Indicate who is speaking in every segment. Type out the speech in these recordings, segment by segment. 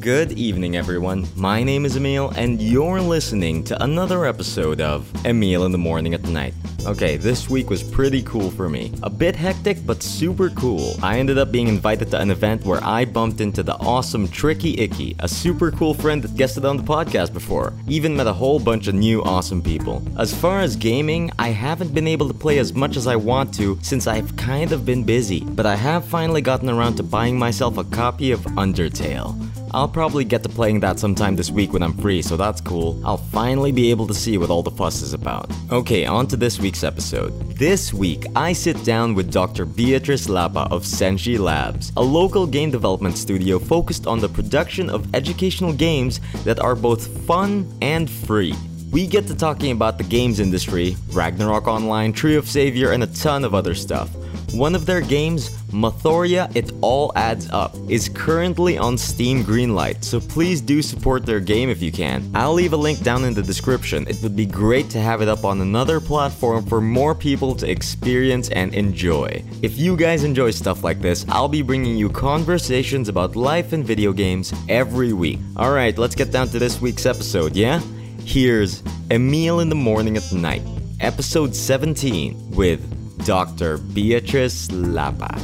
Speaker 1: Good evening, everyone. My name is Emil, and you're listening to another episode of Emil in the Morning at Night. Okay, this week was pretty cool for me. A bit hectic, but super cool. I ended up being invited to an event where I bumped into the awesome Tricky Icky, a super cool friend that guested on the podcast before. Even met a whole bunch of new awesome people. As far as gaming, I haven't been able to play as much as I want to since I've kind of been busy, but I have finally gotten around to buying myself a copy of Undertale. I'll probably get to playing that sometime this week when I'm free, so that's cool. I'll finally be able to see what all the fuss is about. Okay, on to this week's episode. This week, I sit down with Dr. Beatrice Lapa of Senshi Labs, a local game development studio focused on the production of educational games that are both fun and free. We get to talking about the games industry, Ragnarok Online, Tree of Savior, and a ton of other stuff. One of their games, Mathoria It All Adds Up, is currently on Steam Greenlight, so please do support their game if you can. I'll leave a link down in the description. It would be great to have it up on another platform for more people to experience and enjoy. If you guys enjoy stuff like this, I'll be bringing you conversations about life and video games every week. Alright, let's get down to this week's episode, yeah? Here's A Meal in the Morning at Night, episode 17, with Dr. Beatrice Lapa.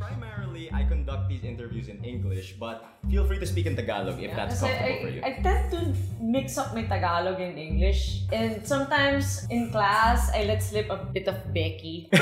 Speaker 1: Primarily, I conduct these interviews in English, but feel free to speak in Tagalog if that's
Speaker 2: Kasi
Speaker 1: comfortable
Speaker 2: I,
Speaker 1: for you.
Speaker 2: I tend to mix up my Tagalog and English. And sometimes in class, I let slip a bit of Becky.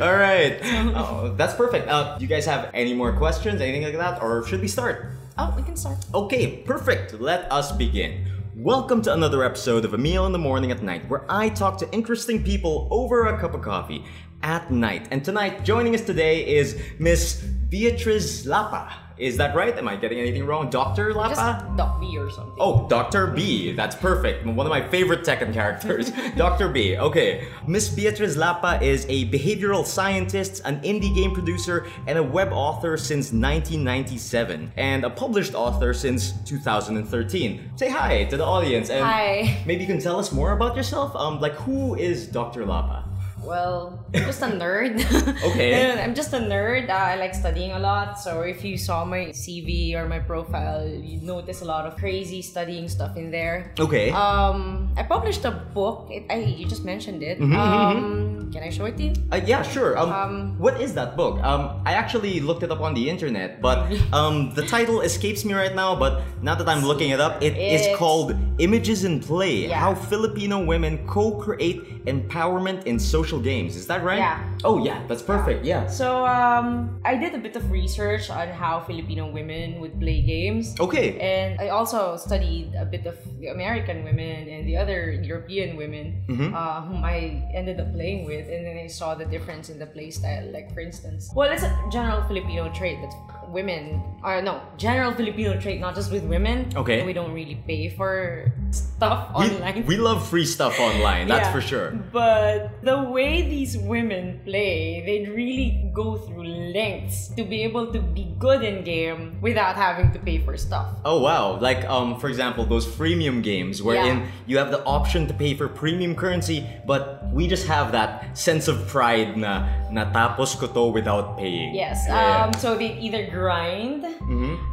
Speaker 1: All right. Oh, that's perfect. Uh, do you guys have any more questions, anything like that, or should we start?
Speaker 2: oh, we can start.
Speaker 1: Okay, perfect. Let us begin. Welcome to another episode of A Meal in the Morning at Night, where I talk to interesting people over a cup of coffee at night. And tonight, joining us today is Miss Beatriz Lapa. Is that right? Am I getting anything wrong? Dr. Lapa?
Speaker 2: Just Doc B or something.
Speaker 1: Oh, Dr. B. That's perfect. One of my favorite Tekken characters. Dr. B. Okay. Miss Beatriz Lapa is a behavioral scientist, an indie game producer, and a web author since 1997, and a published author since 2013. Say hi to the audience, and
Speaker 2: Hi.
Speaker 1: maybe you can tell us more about yourself. Um, like, who is Dr. Lapa?
Speaker 2: Well, I'm just a nerd.
Speaker 1: Okay.
Speaker 2: And I'm just a nerd. Uh, I like studying a lot. So if you saw my CV or my profile, you notice a lot of crazy studying stuff in there.
Speaker 1: Okay.
Speaker 2: Um, I published a book. It, I, you just mentioned it.
Speaker 1: Mm-hmm,
Speaker 2: um, Can I show it to you?
Speaker 1: Uh, yeah, sure. Um, what is that book? Um, I actually looked it up on the internet, but um, the title escapes me right now. But now that I'm looking it up, it is
Speaker 2: It's-
Speaker 1: called "Images in Play:
Speaker 2: Yeah.
Speaker 1: How Filipino Women Co-Create Empowerment in Social Games." Is that right?
Speaker 2: Yeah.
Speaker 1: Oh yeah, that's perfect. Yeah.
Speaker 2: So um, I did a bit of research on how Filipino women would play games.
Speaker 1: Okay.
Speaker 2: And I also studied a bit of the American women and the other European women uh, whom I ended up playing with, and then I saw the difference in the play style. Like, for instance, well, it's a general Filipino trait that women are no general Filipino trait, not just with women.
Speaker 1: Okay.
Speaker 2: we don't really pay for stuff
Speaker 1: We,
Speaker 2: online.
Speaker 1: we love free stuff online. That's
Speaker 2: Yeah.
Speaker 1: for sure.
Speaker 2: But the way these women play, they'd really go through lengths to be able to be good in game without having to pay for stuff.
Speaker 1: Oh wow! Like um, for example, those freemium games wherein
Speaker 2: Yeah.
Speaker 1: you have the option to pay for premium currency, but we just have that sense of pride na natapos ko to without paying.
Speaker 2: Yes.
Speaker 1: Yeah. Mm-hmm.
Speaker 2: Um, so they either grind.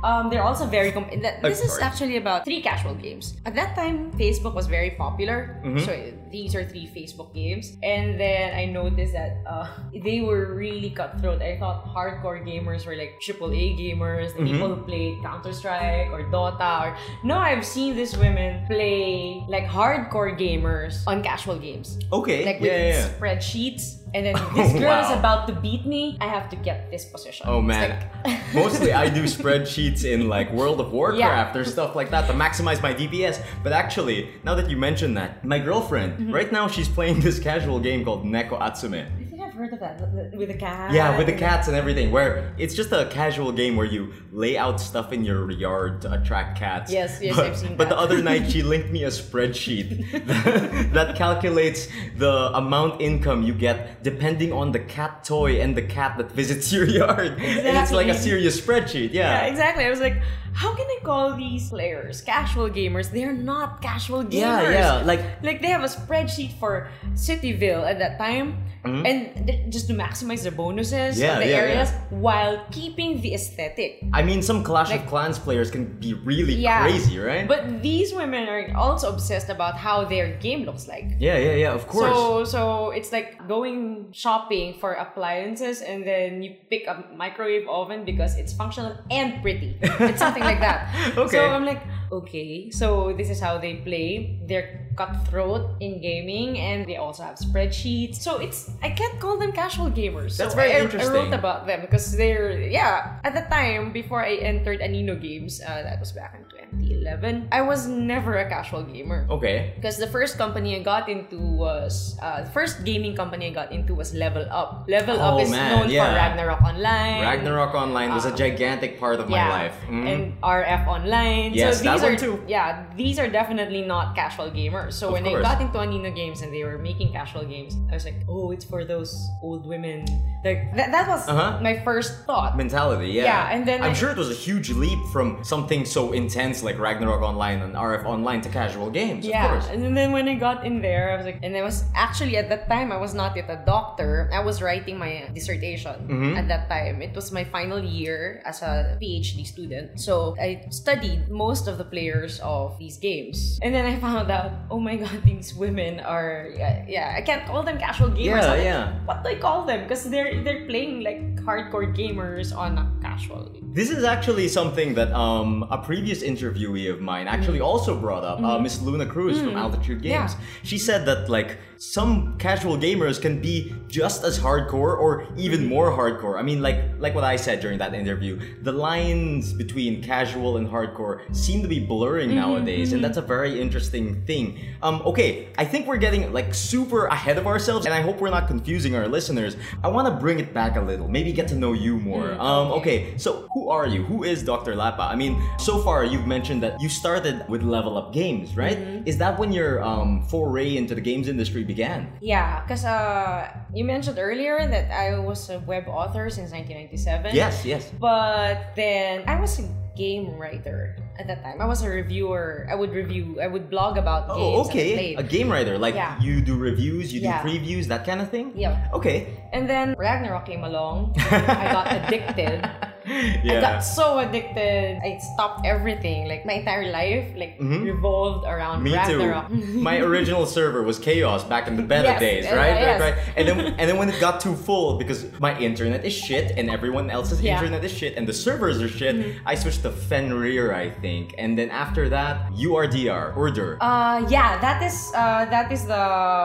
Speaker 2: Um, they're also very. Com- that,
Speaker 1: Oh,
Speaker 2: this is
Speaker 1: sorry.
Speaker 2: actually about three casual games. At that time, Facebook was very popular.
Speaker 1: Mm-hmm.
Speaker 2: So these are three Facebook games. And then I noticed that uh, they were really cutthroat. I thought hardcore gamers were like AAA gamers, the people
Speaker 1: Mm-hmm.
Speaker 2: who played Counter Strike or Dota. Or no, I've seen these women play like hardcore gamers on casual games
Speaker 1: okay.
Speaker 2: um, like with
Speaker 1: yeah, yeah, yeah.
Speaker 2: spreadsheets and then this girl is
Speaker 1: wow.
Speaker 2: about to beat me i have to get this position
Speaker 1: Oh
Speaker 2: It's
Speaker 1: man.
Speaker 2: like-
Speaker 1: Mostly I do spreadsheets in like World of Warcraft or stuff like that to maximize my DPS. But actually, now that you mention that, my girlfriend,
Speaker 2: Mm-hmm.
Speaker 1: right now she's playing this casual game called Neko Atsume.
Speaker 2: i think i've heard of that with the cat
Speaker 1: Yeah, with the cats and everything, where it's just a casual game where you lay out stuff in your yard to attract cats.
Speaker 2: Yes, yes,
Speaker 1: but,
Speaker 2: I've seen
Speaker 1: But the
Speaker 2: that.
Speaker 1: other night, she linked me a spreadsheet that calculates the amount income you get depending on the cat toy and the cat that visits your yard. And it's like a
Speaker 2: Exactly.
Speaker 1: serious spreadsheet,
Speaker 2: yeah
Speaker 1: yeah.
Speaker 2: exactly i was like how can i call these players casual gamers they're not casual gamers
Speaker 1: yeah, yeah, like
Speaker 2: like they have a spreadsheet for cityville at that time and th- just to maximize the bonuses
Speaker 1: Mm-hmm. Yeah,
Speaker 2: of the
Speaker 1: yeah,
Speaker 2: areas while keeping the aesthetic.
Speaker 1: I mean, some Clash of Clans players can be really
Speaker 2: Yeah.
Speaker 1: crazy, right?
Speaker 2: But these women are also obsessed about how their game looks like.
Speaker 1: yeah, yeah, yeah. Of course.
Speaker 2: So so it's like going shopping for appliances and then you pick a microwave oven because it's functional and pretty. It's something like that.
Speaker 1: Okay.
Speaker 2: So I'm like, okay, so this is how they play. They're cutthroat in gaming and they also have spreadsheets. So it's I can't call them casual gamers.
Speaker 1: That's
Speaker 2: so
Speaker 1: very
Speaker 2: I, I
Speaker 1: interesting.
Speaker 2: wrote about them because they're yeah, at the time before I entered Anino Games, uh, that was back in 2011. I was never a casual gamer.
Speaker 1: okay.
Speaker 2: Because the first company I got into was uh, the first gaming company I got into was Level Up. Level
Speaker 1: Oh,
Speaker 2: Up is
Speaker 1: man,
Speaker 2: known
Speaker 1: yeah.
Speaker 2: for Ragnarok Online.
Speaker 1: Ragnarok Online was a gigantic part of my
Speaker 2: Uh, yeah,
Speaker 1: life. Mhm.
Speaker 2: and RF Online.
Speaker 1: Yes,
Speaker 2: so
Speaker 1: that
Speaker 2: these
Speaker 1: one
Speaker 2: are
Speaker 1: too.
Speaker 2: yeah, these are definitely not casual gamers. So
Speaker 1: Of
Speaker 2: when
Speaker 1: course.
Speaker 2: I got into Anino Games and they were making casual games, I was like, oh, it's for those old women. Like that, that was
Speaker 1: Uh-huh.
Speaker 2: my first thought.
Speaker 1: Mentality, yeah.
Speaker 2: Yeah, and then
Speaker 1: I'm
Speaker 2: I-
Speaker 1: sure it was a huge leap from something so intense like Ragnarok Online and RF Online to casual games,
Speaker 2: Yeah,
Speaker 1: of course.
Speaker 2: and then when I got in there, I was like, and I was actually at that time I was not yet a doctor. I was writing my dissertation
Speaker 1: Mm-hmm.
Speaker 2: at that time. It was my final year as a PhD student, so I studied most of the players of these games, and then I found out, oh my god, these women are yeah, yeah I can't call them casual gamers.
Speaker 1: Yeah,
Speaker 2: I'm like,
Speaker 1: yeah.
Speaker 2: What do I call them? Because they're they're playing like hardcore gamers on a casual.
Speaker 1: This is actually something that um, a previous interviewee of mine
Speaker 2: Mm.
Speaker 1: actually also brought up,
Speaker 2: Mm-hmm.
Speaker 1: uh, Miss Luna Cruz from Altitude Games. She said that like some casual gamers can be just as hardcore or even more hardcore. I mean, like like what I said during that interview, the lines between casual and hardcore seem to be blurring
Speaker 2: Mm-hmm,
Speaker 1: nowadays, and that's a very interesting thing. Um, okay, I think we're getting like super ahead of ourselves, and I hope we're not confusing our listeners. I want to bring it back a little, maybe get to know you more.
Speaker 2: Mm,
Speaker 1: um, okay. Okay, so who are you? Who is Dr. Lapa? I mean, so far you've mentioned that you started with level up games, right?
Speaker 2: Mm-hmm.
Speaker 1: Is that when your um, foray into the games industry began?
Speaker 2: Yeah, because uh, you mentioned earlier that I was a web author since 1997.
Speaker 1: Yes, yes.
Speaker 2: But then I was a game writer at that time. I was a reviewer. I would review. I would blog about games.
Speaker 1: Oh,
Speaker 2: that I
Speaker 1: okay.
Speaker 2: played.
Speaker 1: A game writer, like
Speaker 2: Yeah.
Speaker 1: you do reviews, you
Speaker 2: Yeah.
Speaker 1: do previews, that kind of thing?
Speaker 2: Yeah.
Speaker 1: Okay.
Speaker 2: And then Ragnarok came along. I got addicted. I got
Speaker 1: Yeah.
Speaker 2: so addicted. I stopped everything. Like my entire life, like revolved around
Speaker 1: Mm-hmm. Me too.
Speaker 2: Ragnarok.
Speaker 1: My original server was chaos back in the beta
Speaker 2: Yes,
Speaker 1: days,
Speaker 2: uh,
Speaker 1: right?
Speaker 2: yes.
Speaker 1: Right, right. And then and then when it got too full because my internet is shit and everyone else's
Speaker 2: Yeah. Mm-hmm.
Speaker 1: internet is shit and the servers are shit, I switched to Fenrir, I think. And then after that, URDR, Urdur.
Speaker 2: Uh, yeah. That is. Uh, that is
Speaker 1: the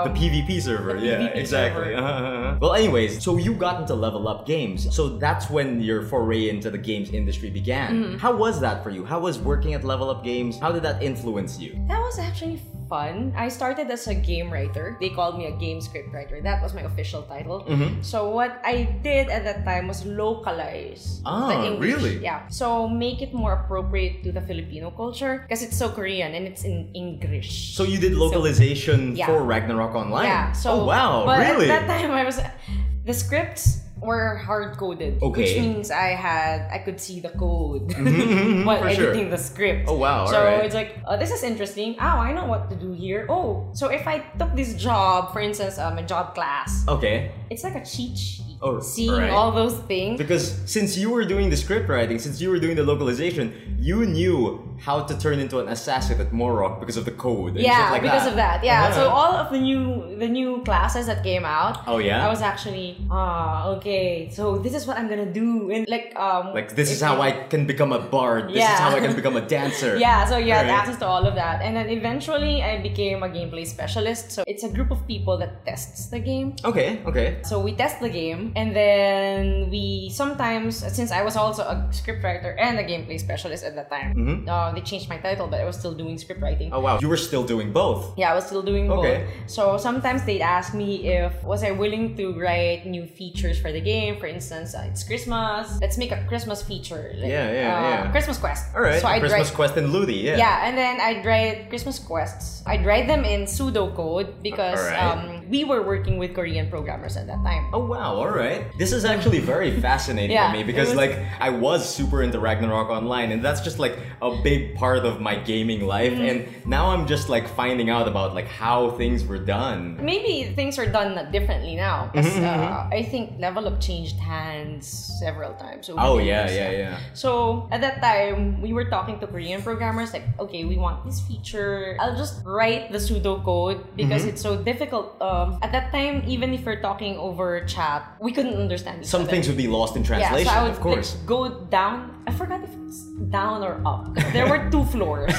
Speaker 2: the.
Speaker 1: PvP server,
Speaker 2: the
Speaker 1: yeah,
Speaker 2: PvP
Speaker 1: exactly.
Speaker 2: server.
Speaker 1: Uh-huh. Well, anyways, so you got into level up games, so that's when your foray into the games industry began.
Speaker 2: Mm-hmm.
Speaker 1: How was that for you? How was working at level up games? How did that influence you?
Speaker 2: That was actually fun. I started as a game writer. They called me a game script writer. That was my official title.
Speaker 1: Mm-hmm.
Speaker 2: So what I did at that time was localize
Speaker 1: Ah,
Speaker 2: the English.
Speaker 1: really?
Speaker 2: Yeah. So make it more appropriate to the Filipino culture because it's so Korean and it's in English.
Speaker 1: So you did localization
Speaker 2: yeah.
Speaker 1: for Ragnarok Online.
Speaker 2: yeah. So
Speaker 1: oh wow,
Speaker 2: But
Speaker 1: really?
Speaker 2: at that time I was the scripts were hard coded,
Speaker 1: Okay.
Speaker 2: which means I had I could see the code
Speaker 1: Mhm,
Speaker 2: while
Speaker 1: for sure.
Speaker 2: editing the script.
Speaker 1: Oh, wow,
Speaker 2: So
Speaker 1: alright.
Speaker 2: it's like, oh, this is interesting. Oh, I know what to do here. Oh, so if I took this job, for instance, um, a job class,
Speaker 1: okay,
Speaker 2: it's like a cheat sheet.
Speaker 1: Oh,
Speaker 2: Seeing
Speaker 1: alright.
Speaker 2: all those things.
Speaker 1: because since you were doing the script writing, since you were doing the localization, you knew how to turn into an assassin at Morok because of the code. and shit
Speaker 2: yeah,
Speaker 1: like
Speaker 2: because
Speaker 1: that.
Speaker 2: of that. Yeah.
Speaker 1: Uh-huh.
Speaker 2: So all of the new the new classes that came out.
Speaker 1: Oh, yeah?
Speaker 2: I was actually ah okay. So this is what I'm gonna do and like um
Speaker 1: Like this is
Speaker 2: it-
Speaker 1: how I can become a bard. This is
Speaker 2: Yeah.
Speaker 1: how I can become a dancer.
Speaker 2: Yeah, so you had
Speaker 1: Alright.
Speaker 2: access to all of that. And then eventually I became a gameplay specialist. So it's a group of people that tests the game.
Speaker 1: Okay. Okay.
Speaker 2: So we test the game and then we sometimes since I was also a scriptwriter and a gameplay specialist at that time, uh, they changed my title, but I was still doing script writing.
Speaker 1: Mm-hmm. Oh wow, you were still doing both.
Speaker 2: Yeah, I was still doing
Speaker 1: Okay.
Speaker 2: both. So sometimes they'd ask me if was I willing to write new features for the game. For instance, uh, it's Christmas. Let's make a Christmas feature. like,
Speaker 1: Yeah, yeah,
Speaker 2: uh,
Speaker 1: yeah.
Speaker 2: Christmas quest.
Speaker 1: All right.
Speaker 2: So I'd
Speaker 1: Christmas
Speaker 2: write.
Speaker 1: Quest and Ludi. Yeah.
Speaker 2: Yeah, and then I'd write Christmas quests. I'd write them in pseudocode because
Speaker 1: Alright.
Speaker 2: um, we were working with Korean programmers at that time.
Speaker 1: Oh wow, alright. This is actually very fascinating
Speaker 2: Yeah,
Speaker 1: for me
Speaker 2: it
Speaker 1: because
Speaker 2: was-
Speaker 1: like I was super into Ragnarok online and that's just like a big part of my gaming life
Speaker 2: Mm.
Speaker 1: and now I'm just like finding out about like how things were
Speaker 2: Mm.
Speaker 1: done.
Speaker 2: Maybe things are done differently now.
Speaker 1: Mm-hmm,
Speaker 2: 'cause, uh, I think level up changed hands several times. over
Speaker 1: Oh
Speaker 2: the
Speaker 1: yeah,
Speaker 2: years,
Speaker 1: yeah, yeah.
Speaker 2: So at that time, we were talking to Korean programmers like, okay, we want this feature. I'll just write the pseudocode because
Speaker 1: Mm-hmm.
Speaker 2: it's so difficult. Um, at that time, even if we're talking over chat, we couldn't understand each
Speaker 1: Some
Speaker 2: other.
Speaker 1: things would be lost in
Speaker 2: Yeah,
Speaker 1: translation,
Speaker 2: so I would
Speaker 1: of course.
Speaker 2: Like, go down. I forgot if it's down or up. There were two floors,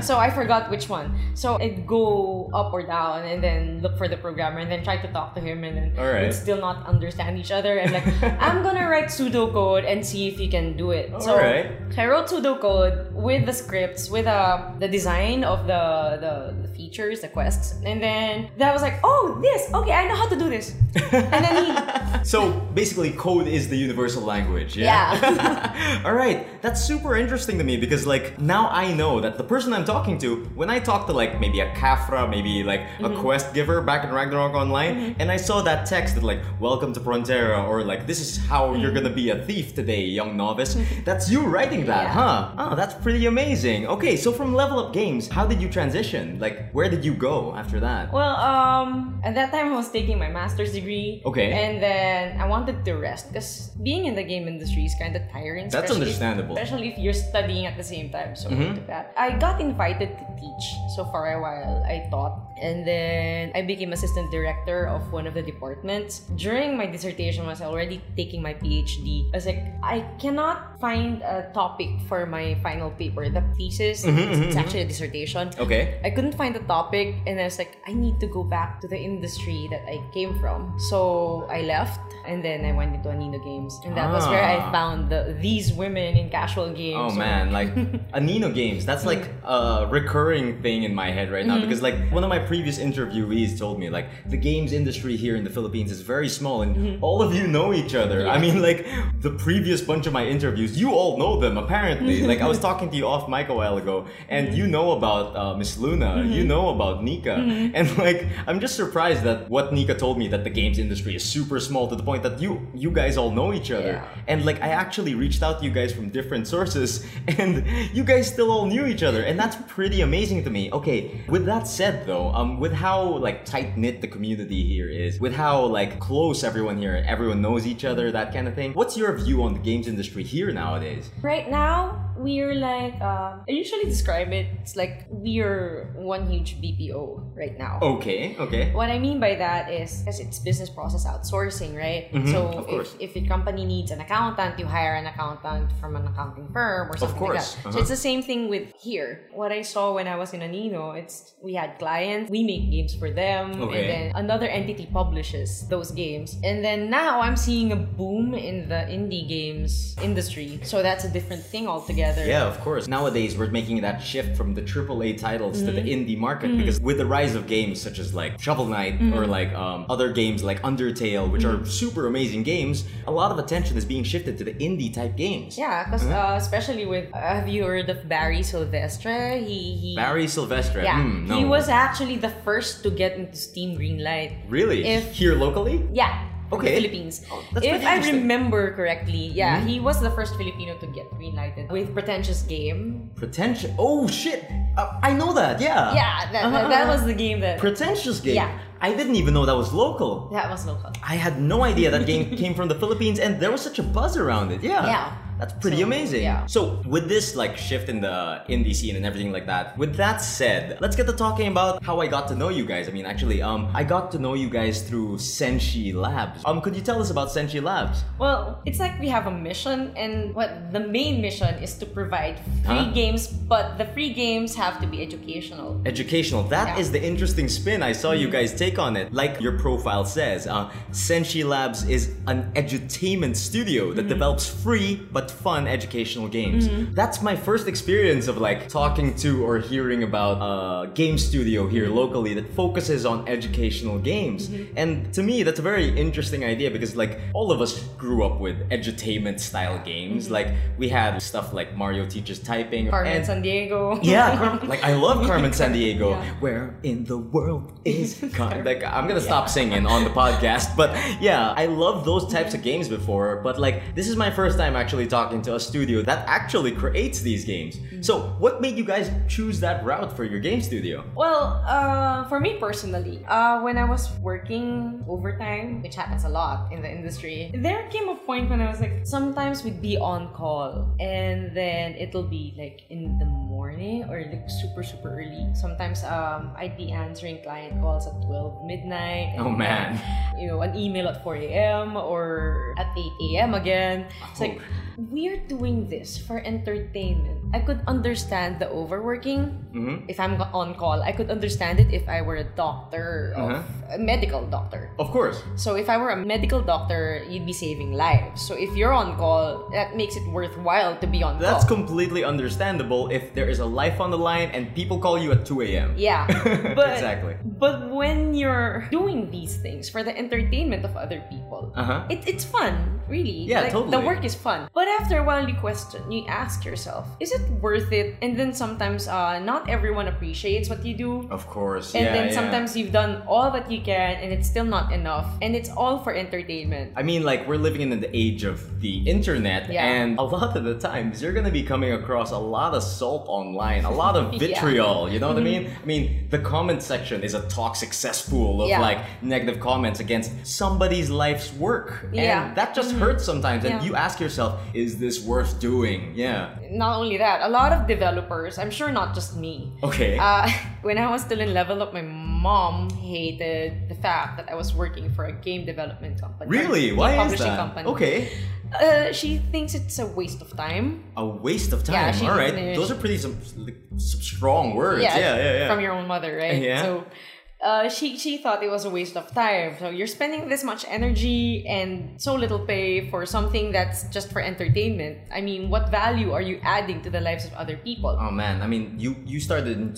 Speaker 2: so I forgot which one. So I'd go up or down, and then look for the programmer, and then try to talk to him, and then
Speaker 1: Alright.
Speaker 2: we'd still not understand each other. And like, I'm gonna write pseudocode and see if he can do it. So
Speaker 1: Alright.
Speaker 2: I wrote pseudocode with the scripts, with uh, the design of the, the the features, the quests, and then that was like, oh, this okay, I know how to do this. And then he
Speaker 1: so basically code is the universal language yeah, all right that's super interesting to me because like now i know that the person i'm talking to when i talk to like maybe a kafra maybe like a
Speaker 2: Mm-hmm.
Speaker 1: quest giver back in ragnarok online and i saw that text that like welcome to frontera or like this is how
Speaker 2: Mm.
Speaker 1: you're gonna be a thief today young novice that's you writing that
Speaker 2: Yeah.
Speaker 1: huh oh that's pretty amazing okay so from level up games how did you transition like where did you go after that
Speaker 2: Well, um, at that time I was taking my master's degree.
Speaker 1: Okay.
Speaker 2: And then I wanted to rest because being in the game industry is kind of tiring.
Speaker 1: That's
Speaker 2: especially-
Speaker 1: understandable. Mm-hmm.
Speaker 2: Especially if you're studying at the same time. So I took that. I got invited to teach. So for a while I taught, and then I became assistant director of one of the departments. During my dissertation, I was already taking my PhD. I was like, I cannot find a topic for my final paper, the thesis.
Speaker 1: Mm-hmm,
Speaker 2: it's actually a dissertation.
Speaker 1: okay
Speaker 2: I couldn't find the topic, and I was like, I need to go back to the industry that I came from. So I left, and then I went into Anino Games, and that was where I
Speaker 1: Ah.
Speaker 2: found the, these women in casual
Speaker 1: Oh
Speaker 2: games. So-
Speaker 1: man, like Anino games. That's like a recurring thing in my head right
Speaker 2: Mm-hmm.
Speaker 1: now because like one of my previous interviewees told me like the games industry here in the Philippines is very small and
Speaker 2: Mm-hmm.
Speaker 1: all of you know each other. I mean like the previous bunch of my interviews, you all know them apparently. like I was talking to you off mic a while ago and
Speaker 2: Mm-hmm.
Speaker 1: you know about uh, Miss Luna, you know about Nika,
Speaker 2: Mm-hmm.
Speaker 1: and like I'm just surprised that what Nika told me that the games industry is super small to the point that you you guys all know each other.
Speaker 2: Yeah.
Speaker 1: And like I actually reached out to you guys from different sources and you guys still all knew each other and that's pretty amazing to me. Okay, with that said though, um with how like tight knit the community here is, with how like close everyone here, everyone knows each other, that kind of thing. What's your view on the games industry here nowadays?
Speaker 2: Right now, we're like, uh, I usually describe it, it's like we're one huge BPO right now.
Speaker 1: Okay, okay.
Speaker 2: What I mean by that is, because it's business process outsourcing, right? so
Speaker 1: Mm-hmm. of course.
Speaker 2: if, if your company needs an accountant, you hire an accountant from an accounting firm or something
Speaker 1: course,
Speaker 2: like that.
Speaker 1: uh-huh.
Speaker 2: So it's the same thing with here. What I saw when I was in Anino, it's we had clients, we make games for them,
Speaker 1: Okay.
Speaker 2: and then another entity publishes those games. And then now I'm seeing a boom in the indie games industry. So that's a different thing altogether.
Speaker 1: Yeah, of course. Nowadays, we're making that shift from the AAA titles to the
Speaker 2: Mm-hmm.
Speaker 1: indie market because with the rise of games such as like Shovel Knight
Speaker 2: Mm-hmm.
Speaker 1: or like um, other games like Undertale, which are super amazing games, a lot of attention is being shifted to the indie type games.
Speaker 2: Yeah, because
Speaker 1: Uh-huh.
Speaker 2: uh, especially with uh, have you heard of Barry Silvestre? He he
Speaker 1: Barry Silvestre.
Speaker 2: Yeah,
Speaker 1: hmm, no.
Speaker 2: he was actually the first to get into Steam Greenlight.
Speaker 1: really
Speaker 2: if-
Speaker 1: here locally.
Speaker 2: Yeah. from
Speaker 1: Okay.
Speaker 2: The Philippines.
Speaker 1: Oh, that's
Speaker 2: if
Speaker 1: pretty
Speaker 2: I
Speaker 1: interesting. Hmm.
Speaker 2: remember correctly, yeah, he was the first Filipino to get greenlighted with pretentious game.
Speaker 1: Pretentious. Oh shit! Uh, I know that. Yeah.
Speaker 2: Yeah, that, that, that
Speaker 1: Uh-huh.
Speaker 2: was the game that
Speaker 1: Pretentious game.
Speaker 2: Yeah.
Speaker 1: I didn't even know that was local.
Speaker 2: that was local.
Speaker 1: I had no idea that game came from the Philippines, and there was such a buzz around it. Yeah.
Speaker 2: Yeah.
Speaker 1: That's pretty
Speaker 2: So,
Speaker 1: amazing.
Speaker 2: yeah.
Speaker 1: So with this like shift in the indie scene and everything like that, with that said, let's get to talking about how I got to know you guys. I mean, actually, um, I got to know you guys through Senshi Labs. Um, could you tell us about Senshi Labs?
Speaker 2: Well, it's like we have a mission, and what the main mission is to provide free
Speaker 1: Huh?
Speaker 2: games, but the free games have to be educational.
Speaker 1: Educational. That
Speaker 2: Yeah.
Speaker 1: is the interesting spin I saw you guys take on it. Like your profile says, uh, Senshi Labs is an edutainment studio that develops free but fun educational games. That's my first experience of like talking to or hearing about a game studio here locally that focuses on educational games. And to me, that's a very interesting idea because like all of us grew up with edutainment style games. Like we had stuff like Mario teaches typing and
Speaker 2: Carmen San Diego.
Speaker 1: yeah, Carmen, like I love Carmen San Diego.
Speaker 2: Yeah.
Speaker 1: Where in the world is Carmen? Like I'm gonna stop singing on the podcast, but yeah, I love those types of games before. But like this is my first time actually talking to a studio that actually creates these games.
Speaker 2: Mm.
Speaker 1: So what made you guys choose that route for your game studio?
Speaker 2: Well, uh, for me personally, uh, when I was working overtime, which happens a lot in the industry, there came a point when I was like, sometimes we'd be on call, and then it'll be like in the morning or like super super early. Sometimes um, I'd be answering client calls at twelve midnight. and
Speaker 1: Oh man,
Speaker 2: you know, an email at 4 a.m. or at 8 a.m. again. It's like,
Speaker 1: Oh.
Speaker 2: we're doing this for entertainment. I could understand the overworking
Speaker 1: Mhm.
Speaker 2: if I'm on call. I could understand it if I were a doctor, of,
Speaker 1: Uh-huh.
Speaker 2: a medical doctor.
Speaker 1: of course.
Speaker 2: So if I were a medical doctor, you'd be saving lives. So if you're on call, that makes it worthwhile to be on
Speaker 1: That's
Speaker 2: call.
Speaker 1: completely understandable if there is a life on the line and people call you at 2 a.m.
Speaker 2: Yeah. But
Speaker 1: Exactly.
Speaker 2: But when you're doing these things for the entertainment of other people,
Speaker 1: Uh huh.
Speaker 2: it, it's fun, really.
Speaker 1: Yeah,
Speaker 2: like,
Speaker 1: totally.
Speaker 2: The work is fun. But after a while, you question, you ask yourself, is it worth it? And then sometimes uh, not everyone appreciates what you do.
Speaker 1: Of course.
Speaker 2: And
Speaker 1: yeah,
Speaker 2: then
Speaker 1: yeah.
Speaker 2: sometimes you've done all that you can and it's still not enough. And it's all for entertainment.
Speaker 1: I mean, like, we're living in the age of the internet,
Speaker 2: Yeah.
Speaker 1: and a lot of the times you're gonna be coming across a lot of salt online, a lot of
Speaker 2: Yeah. Mm-hmm.
Speaker 1: vitriol, you know what I mean? I mean, the comment section is a toxic cesspool of
Speaker 2: Yeah.
Speaker 1: like negative comments against somebody's life's work.
Speaker 2: Yeah. Mm-hmm.
Speaker 1: And that just hurts sometimes, and
Speaker 2: Yeah.
Speaker 1: you ask yourself, is this worth doing? Yeah.
Speaker 2: Not only that, a lot of developers, I'm sure not just me,
Speaker 1: Okay.
Speaker 2: Uh, when I was still in level up, my mom hated the fact that I was working for a game development company.
Speaker 1: really?
Speaker 2: Game
Speaker 1: Why is
Speaker 2: publishing
Speaker 1: that?
Speaker 2: Company.
Speaker 1: Okay.
Speaker 2: Uh, she thinks it's a waste of time.
Speaker 1: A waste of
Speaker 2: Yeah,
Speaker 1: time.
Speaker 2: she
Speaker 1: All right.
Speaker 2: didn't-
Speaker 1: Those are pretty some, some strong words. Yeah, yeah, yeah.
Speaker 2: From your own mother, right?
Speaker 1: Yeah.
Speaker 2: So uh, she she thought it was a waste of time. So you're spending this much energy and so little pay for something that's just for entertainment. I mean, what value are you adding to the lives of other people?
Speaker 1: Oh man, I mean, you you started in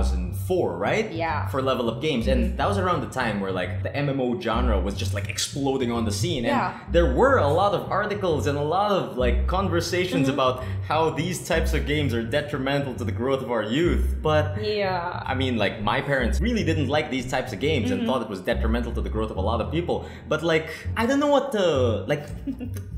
Speaker 1: 2004, right?
Speaker 2: Yeah.
Speaker 1: For Level Up Games, and that was around the time where like the MMO genre was just like exploding on the scene, and
Speaker 2: Yeah.
Speaker 1: there were a lot of articles and a lot of like conversations
Speaker 2: Mm-hmm.
Speaker 1: about how these types of games are detrimental to the growth of our youth. But
Speaker 2: yeah.
Speaker 1: I mean, like my parents really didn't like these types of games and thought it was detrimental to the growth of a lot of people. But like, I don't know what the like,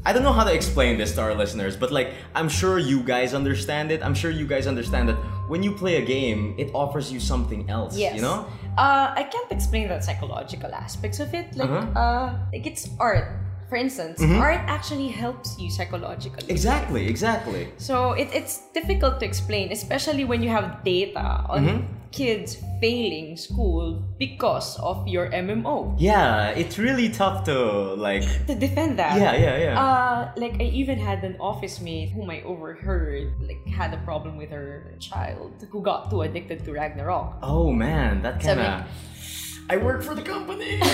Speaker 1: I don't know how to explain this to our listeners. But like, I'm sure you guys understand it. I'm sure you guys understand that when you play a game, it offers you something else.
Speaker 2: Yes.
Speaker 1: You know?
Speaker 2: Uh, I can't explain the psychological aspects of it. Like,
Speaker 1: Uh-huh. Mm-hmm.
Speaker 2: uh, like it's art. For instance, art actually helps you psychologically.
Speaker 1: Exactly. Exactly.
Speaker 2: So it, it's difficult to explain, especially when you have data on
Speaker 1: Mm-hmm.
Speaker 2: kids failing school because of your MMO.
Speaker 1: Yeah, it's really tough to like.
Speaker 2: To defend that.
Speaker 1: Yeah, yeah, yeah.
Speaker 2: Uh, like I even had an office mate whom I overheard like had a problem with her child who got too addicted to Ragnarok.
Speaker 1: oh man, that
Speaker 2: So,
Speaker 1: kind of.
Speaker 2: like-
Speaker 1: I work for the company.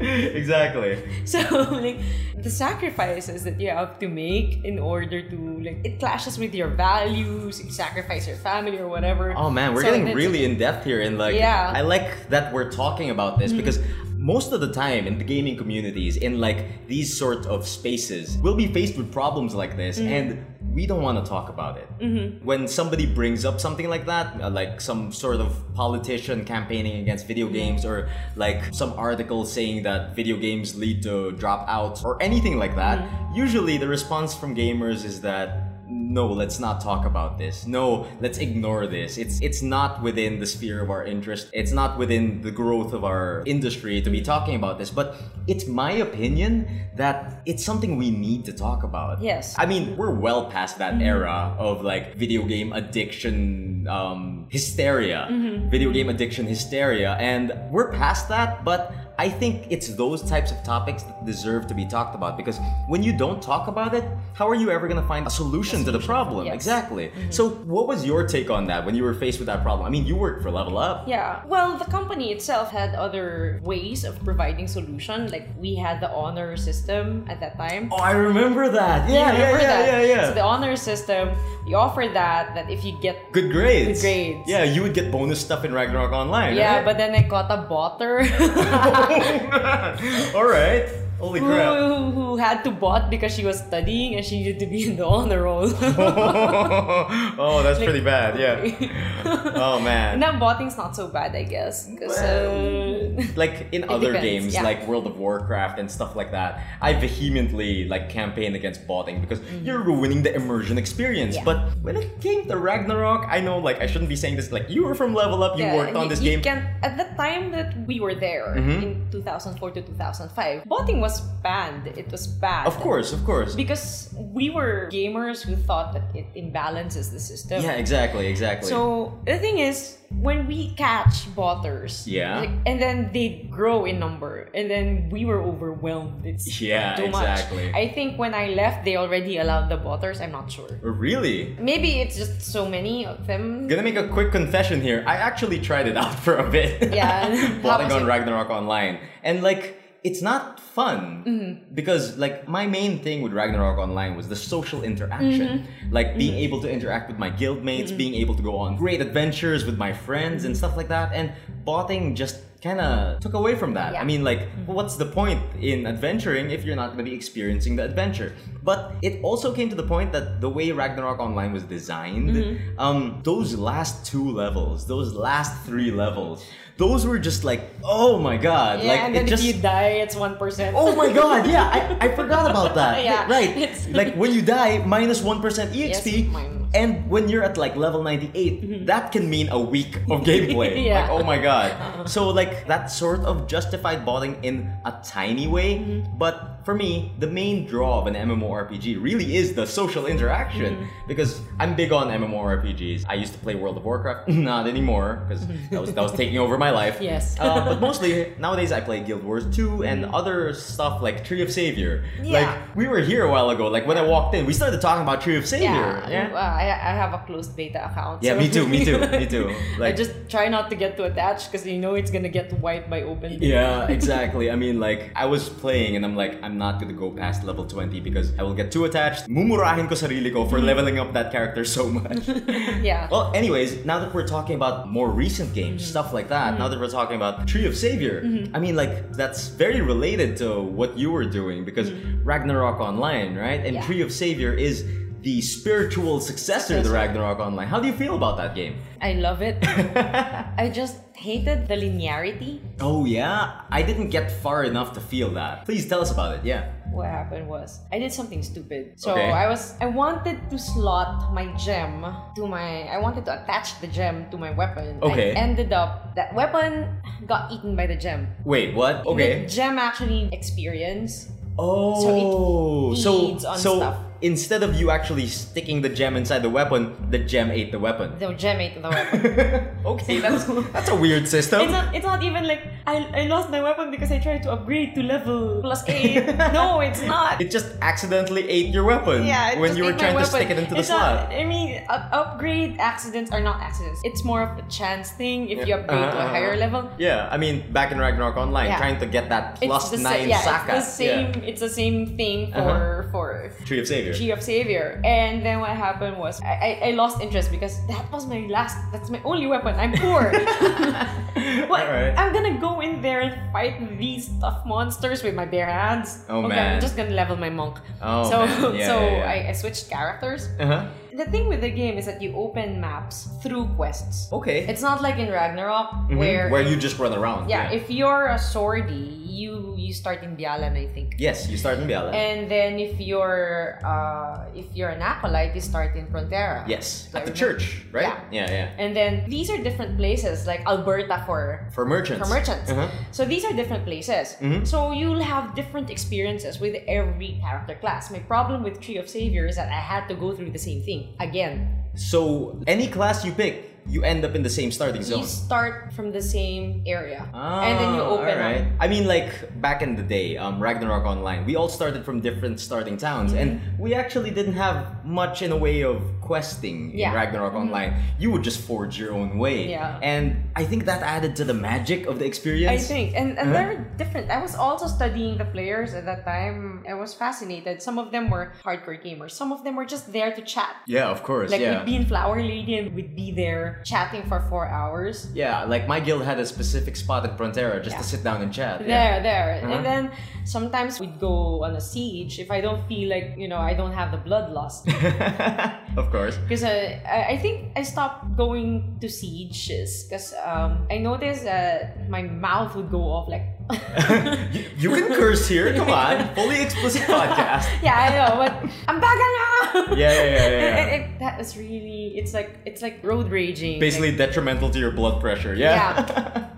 Speaker 1: exactly.
Speaker 2: So like the sacrifices that you have to make in order to like it clashes with your values, you sacrifice your family or whatever.
Speaker 1: Oh man, we're
Speaker 2: So
Speaker 1: getting
Speaker 2: that's-
Speaker 1: really in depth here, and like,
Speaker 2: Yeah. Hmm.
Speaker 1: I like that we're talking about this because most of the time in the gaming communities, in like these sort of spaces, we'll be faced with problems like this,
Speaker 2: Hmm.
Speaker 1: and we don't want to talk about it.
Speaker 2: Mm-hmm.
Speaker 1: When somebody brings up something like that, uh, like some sort of politician campaigning against video games, or like some article saying that video games lead to dropouts, or anything like that,
Speaker 2: Hmm.
Speaker 1: usually the response from gamers is that no let's not talk about this no let's ignore this it's it's not within the sphere of our interest it's not within the growth of our industry to be talking about this but it's my opinion that it's something we need to talk about
Speaker 2: Yes.
Speaker 1: i mean we're well past that
Speaker 2: Mm-hmm.
Speaker 1: era of like video game addiction
Speaker 2: Mm-hmm.
Speaker 1: um, hysteria video game addiction hysteria and we're past that but I think it's those types of topics that deserve to be talked about because when you don't talk about it, how are you ever going to find a solution, to the problem?
Speaker 2: yes. Mm-hmm.
Speaker 1: Exactly. So, what was your take on that when you were faced with that problem? I mean, you worked for Level Up.
Speaker 2: Yeah. Well, the company itself had other ways of providing solution. Like we had the honor system at that time.
Speaker 1: Oh, I remember that.
Speaker 2: You
Speaker 1: Yeah,
Speaker 2: remember
Speaker 1: yeah, yeah,
Speaker 2: that?
Speaker 1: yeah, yeah.
Speaker 2: So the honor system, we offered that that if you get
Speaker 1: good grades.
Speaker 2: Good grades.
Speaker 1: Yeah, you would get bonus stuff in Ragnarok Online.
Speaker 2: yeah,
Speaker 1: right?
Speaker 2: but then I got a botter
Speaker 1: All right. Holy
Speaker 2: who,
Speaker 1: crap.
Speaker 2: who, who had to bot because she was studying and she needed to be in the honor roll.
Speaker 1: oh, that's pretty bad. Yeah. Oh man.
Speaker 2: Now botting's not so bad, I guess. 'cause, uh,
Speaker 1: like in other
Speaker 2: depends,
Speaker 1: games
Speaker 2: yeah.
Speaker 1: like World of Warcraft and stuff like that, I vehemently like campaign against botting because you're ruining the immersion experience.
Speaker 2: Mm-hmm. Yeah.
Speaker 1: But when it came to Ragnarok, I know like I shouldn't be saying this like you were from Level Up, you
Speaker 2: yeah,
Speaker 1: worked on
Speaker 2: you-
Speaker 1: this
Speaker 2: you
Speaker 1: game. Mm-hmm.
Speaker 2: Can, at the time that we were there in 2004 to 2005, botting was banned. It was bad.
Speaker 1: Of course, of course.
Speaker 2: Because we were gamers who thought that it imbalances the system.
Speaker 1: yeah, exactly, exactly.
Speaker 2: So the thing is, when we catch botters,
Speaker 1: Yeah.
Speaker 2: like- and then they grow in number, and then we were overwhelmed. It's
Speaker 1: Yeah,
Speaker 2: too
Speaker 1: exactly.
Speaker 2: much. I think when I left, they already allowed the botters. I'm not sure.
Speaker 1: really?
Speaker 2: Maybe it's just so many of them.
Speaker 1: Gonna make a quick confession here. I actually tried it out for a bit.
Speaker 2: Yeah. How
Speaker 1: Plotting
Speaker 2: was
Speaker 1: on
Speaker 2: it?
Speaker 1: Ragnarok Online. And like, it's not fun.
Speaker 2: Mm-hmm.
Speaker 1: Because like, my main thing with Ragnarok Online was the social interaction.
Speaker 2: Mm-hmm.
Speaker 1: Like, being able to interact with my guildmates, being able to go on great adventures with my friends and stuff like that. And botting just kinda took away from that.
Speaker 2: Yeah.
Speaker 1: I mean, like,
Speaker 2: Mm-hmm.
Speaker 1: what's the point in adventuring if you're not gonna be experiencing the adventure? But it also came to the point that the way Ragnarok Online was designed,
Speaker 2: Mm-hmm.
Speaker 1: um, those last two levels, those last three levels, those were just like, oh my god,
Speaker 2: Yeah,
Speaker 1: like
Speaker 2: and
Speaker 1: it
Speaker 2: then
Speaker 1: just.
Speaker 2: if you die, it's one percent.
Speaker 1: Oh my god, yeah, I, I forgot about that.
Speaker 2: Yeah,
Speaker 1: right.
Speaker 2: it's-
Speaker 1: Like when you die, minus 1% EXP,
Speaker 2: Yes, mine.
Speaker 1: and when you're at like level 98, that can mean a week of gameplay.
Speaker 2: Mm-hmm. Yeah. Uh-huh.
Speaker 1: Like, oh my god. So, like, that sort of justified botting in a tiny way,
Speaker 2: Mm-hmm.
Speaker 1: but for me, the main draw of an MMORPG really is the social interaction
Speaker 2: Mm-hmm.
Speaker 1: because I'm big on MMORPGs. I used to play World of Warcraft, not anymore because that was, that was taking over my life.
Speaker 2: Yes.
Speaker 1: Uh, but mostly nowadays I play Guild Wars 2 and other stuff like Tree of Savior.
Speaker 2: Yeah.
Speaker 1: Like we were here a while ago. Like when I walked in, we started talking about Tree of Savior.
Speaker 2: yeah, uh, I, I have a closed beta account.
Speaker 1: Yeah,
Speaker 2: so-
Speaker 1: me too, me too, me too.
Speaker 2: I
Speaker 1: Like-
Speaker 2: just try not to get too attached because you know it's gonna get wiped by open. beta.
Speaker 1: Yeah, exactly. I mean, like, I was playing and I'm like, I'm not gonna go past level 20 because I will get too attached. Mumurahin ko sarili ko for
Speaker 2: Mm.
Speaker 1: leveling up that character so much.
Speaker 2: Yeah. Mm-hmm.
Speaker 1: Well, anyways, now that we're talking about more recent games, stuff like that, now that we're talking about Tree of Savior, I mean, like, that's very related to what you were doing because Ragnarok Online, right? And
Speaker 2: Mm-hmm. Yeah.
Speaker 1: Tree of Savior is the spiritual successor to
Speaker 2: Successor.
Speaker 1: Ragnarok Online. How do you feel about that game?
Speaker 2: I love it. I just hated the linearity.
Speaker 1: Oh, yeah? I didn't get far enough to feel that. Please tell us about it, yeah.
Speaker 2: What happened was I did something stupid. So
Speaker 1: Okay.
Speaker 2: I was I wanted to slot my gem to my I wanted to attach the gem to my weapon.
Speaker 1: Okay.
Speaker 2: I ended up that weapon got eaten by the gem.
Speaker 1: Wait, what? Okay.
Speaker 2: The gem actually experience.
Speaker 1: Oh,
Speaker 2: it
Speaker 1: so
Speaker 2: feeds on
Speaker 1: so
Speaker 2: stuff.
Speaker 1: instead of you actually sticking the gem inside the weapon, the gem ate the weapon.
Speaker 2: The gem ate the weapon.
Speaker 1: okay, that's that's a weird system.
Speaker 2: It's not, it's not even like I, I lost my weapon because I tried to upgrade to level plus 8. no, it's not.
Speaker 1: it just accidentally ate your weapon
Speaker 2: yeah, it
Speaker 1: when
Speaker 2: just
Speaker 1: you were
Speaker 2: ate my
Speaker 1: trying to stick it
Speaker 2: weapon.
Speaker 1: into
Speaker 2: It's
Speaker 1: the slot.
Speaker 2: Not, I mean, up- upgrade accidents are not accidents. It's more of a chance thing if you
Speaker 1: Yeah.
Speaker 2: upgrade to a
Speaker 1: Uh-huh,
Speaker 2: higher
Speaker 1: uh-huh.
Speaker 2: level.
Speaker 1: Yeah, I mean, back in Ragnarok Online,
Speaker 2: Yeah.
Speaker 1: trying to get that
Speaker 2: It's
Speaker 1: plus
Speaker 2: the sa-
Speaker 1: nine
Speaker 2: yeah,
Speaker 1: Saka. Uh-huh.
Speaker 2: It's the same. It's the same thing for for
Speaker 1: Tree of Savior.
Speaker 2: Tree of Savior. And then what happened was I, I, I lost interest because that was my last. That's my only weapon. I'm poor. What?
Speaker 1: Alright.
Speaker 2: I'm gonna go in there and fight these tough monsters with my bare hands.
Speaker 1: Oh,
Speaker 2: okay,
Speaker 1: man.
Speaker 2: I'm just gonna level my monk.
Speaker 1: Oh,
Speaker 2: so
Speaker 1: man. Yeah,
Speaker 2: so
Speaker 1: yeah, yeah.
Speaker 2: I, I switched characters.
Speaker 1: Uh-huh.
Speaker 2: The thing with the game is that you open maps through quests.
Speaker 1: Okay.
Speaker 2: It's not like in Ragnarok
Speaker 1: Mhm.
Speaker 2: where,
Speaker 1: you just run around.
Speaker 2: yeah, if you're a swordy, you you start in Bialan, I think.
Speaker 1: yes, you start in Biala.
Speaker 2: And then if you're uh, if you're an acolyte, you start in Frontera.
Speaker 1: yes,
Speaker 2: Do I
Speaker 1: at the
Speaker 2: remember?
Speaker 1: church, right? Yeah, yeah.
Speaker 2: And then these are different places like Alberta for
Speaker 1: For merchants.
Speaker 2: for merchants.
Speaker 1: Uh-huh.
Speaker 2: So these are different places.
Speaker 1: Mhm.
Speaker 2: So you'll have different experiences with every character class. My problem with Tree of Savior is that I had to go through the same thing again.
Speaker 1: So any class you pick, you end up in the same starting
Speaker 2: You
Speaker 1: zone.
Speaker 2: start from the same area,
Speaker 1: Ah,
Speaker 2: and then you open
Speaker 1: alright.
Speaker 2: up.
Speaker 1: I mean, like back in the day, um, Ragnarok Online, we all started from different starting towns, and
Speaker 2: Mm-hmm.
Speaker 1: we actually didn't have much in a way of questing in
Speaker 2: Yeah. Mm-hmm.
Speaker 1: Ragnarok Online. You would just forge your own way,
Speaker 2: Yeah.
Speaker 1: and I think that added to the magic of the
Speaker 2: I
Speaker 1: experience.
Speaker 2: think, and, and
Speaker 1: Uh-huh.
Speaker 2: they're different. I was also studying the players at that time. I was fascinated. Some of them were hardcore gamers. Some of them were just there to chat.
Speaker 1: Yeah, of course.
Speaker 2: Like
Speaker 1: yeah.
Speaker 2: we'd be in Flower Lady and we'd be there chatting for four hours.
Speaker 1: yeah, like my guild had a specific spot at Frontera just to sit down and chat. yeah.
Speaker 2: There, there.
Speaker 1: Uh-huh.
Speaker 2: And then sometimes we'd go on a siege if I don't feel like, you know, I don't have the bloodlust.
Speaker 1: of course.
Speaker 2: Because uh, I I think I stopped going to sieges because um, I noticed that my mouth would go off like.
Speaker 1: you, you can curse here. Come on, fully explicit podcast.
Speaker 2: yeah, I know, but I'm back now.
Speaker 1: Yeah, yeah, yeah, yeah,
Speaker 2: It-
Speaker 1: yeah.
Speaker 2: it- it- that is really. It's like it's like road raging.
Speaker 1: Basically
Speaker 2: like-
Speaker 1: detrimental to your blood pressure. Yeah.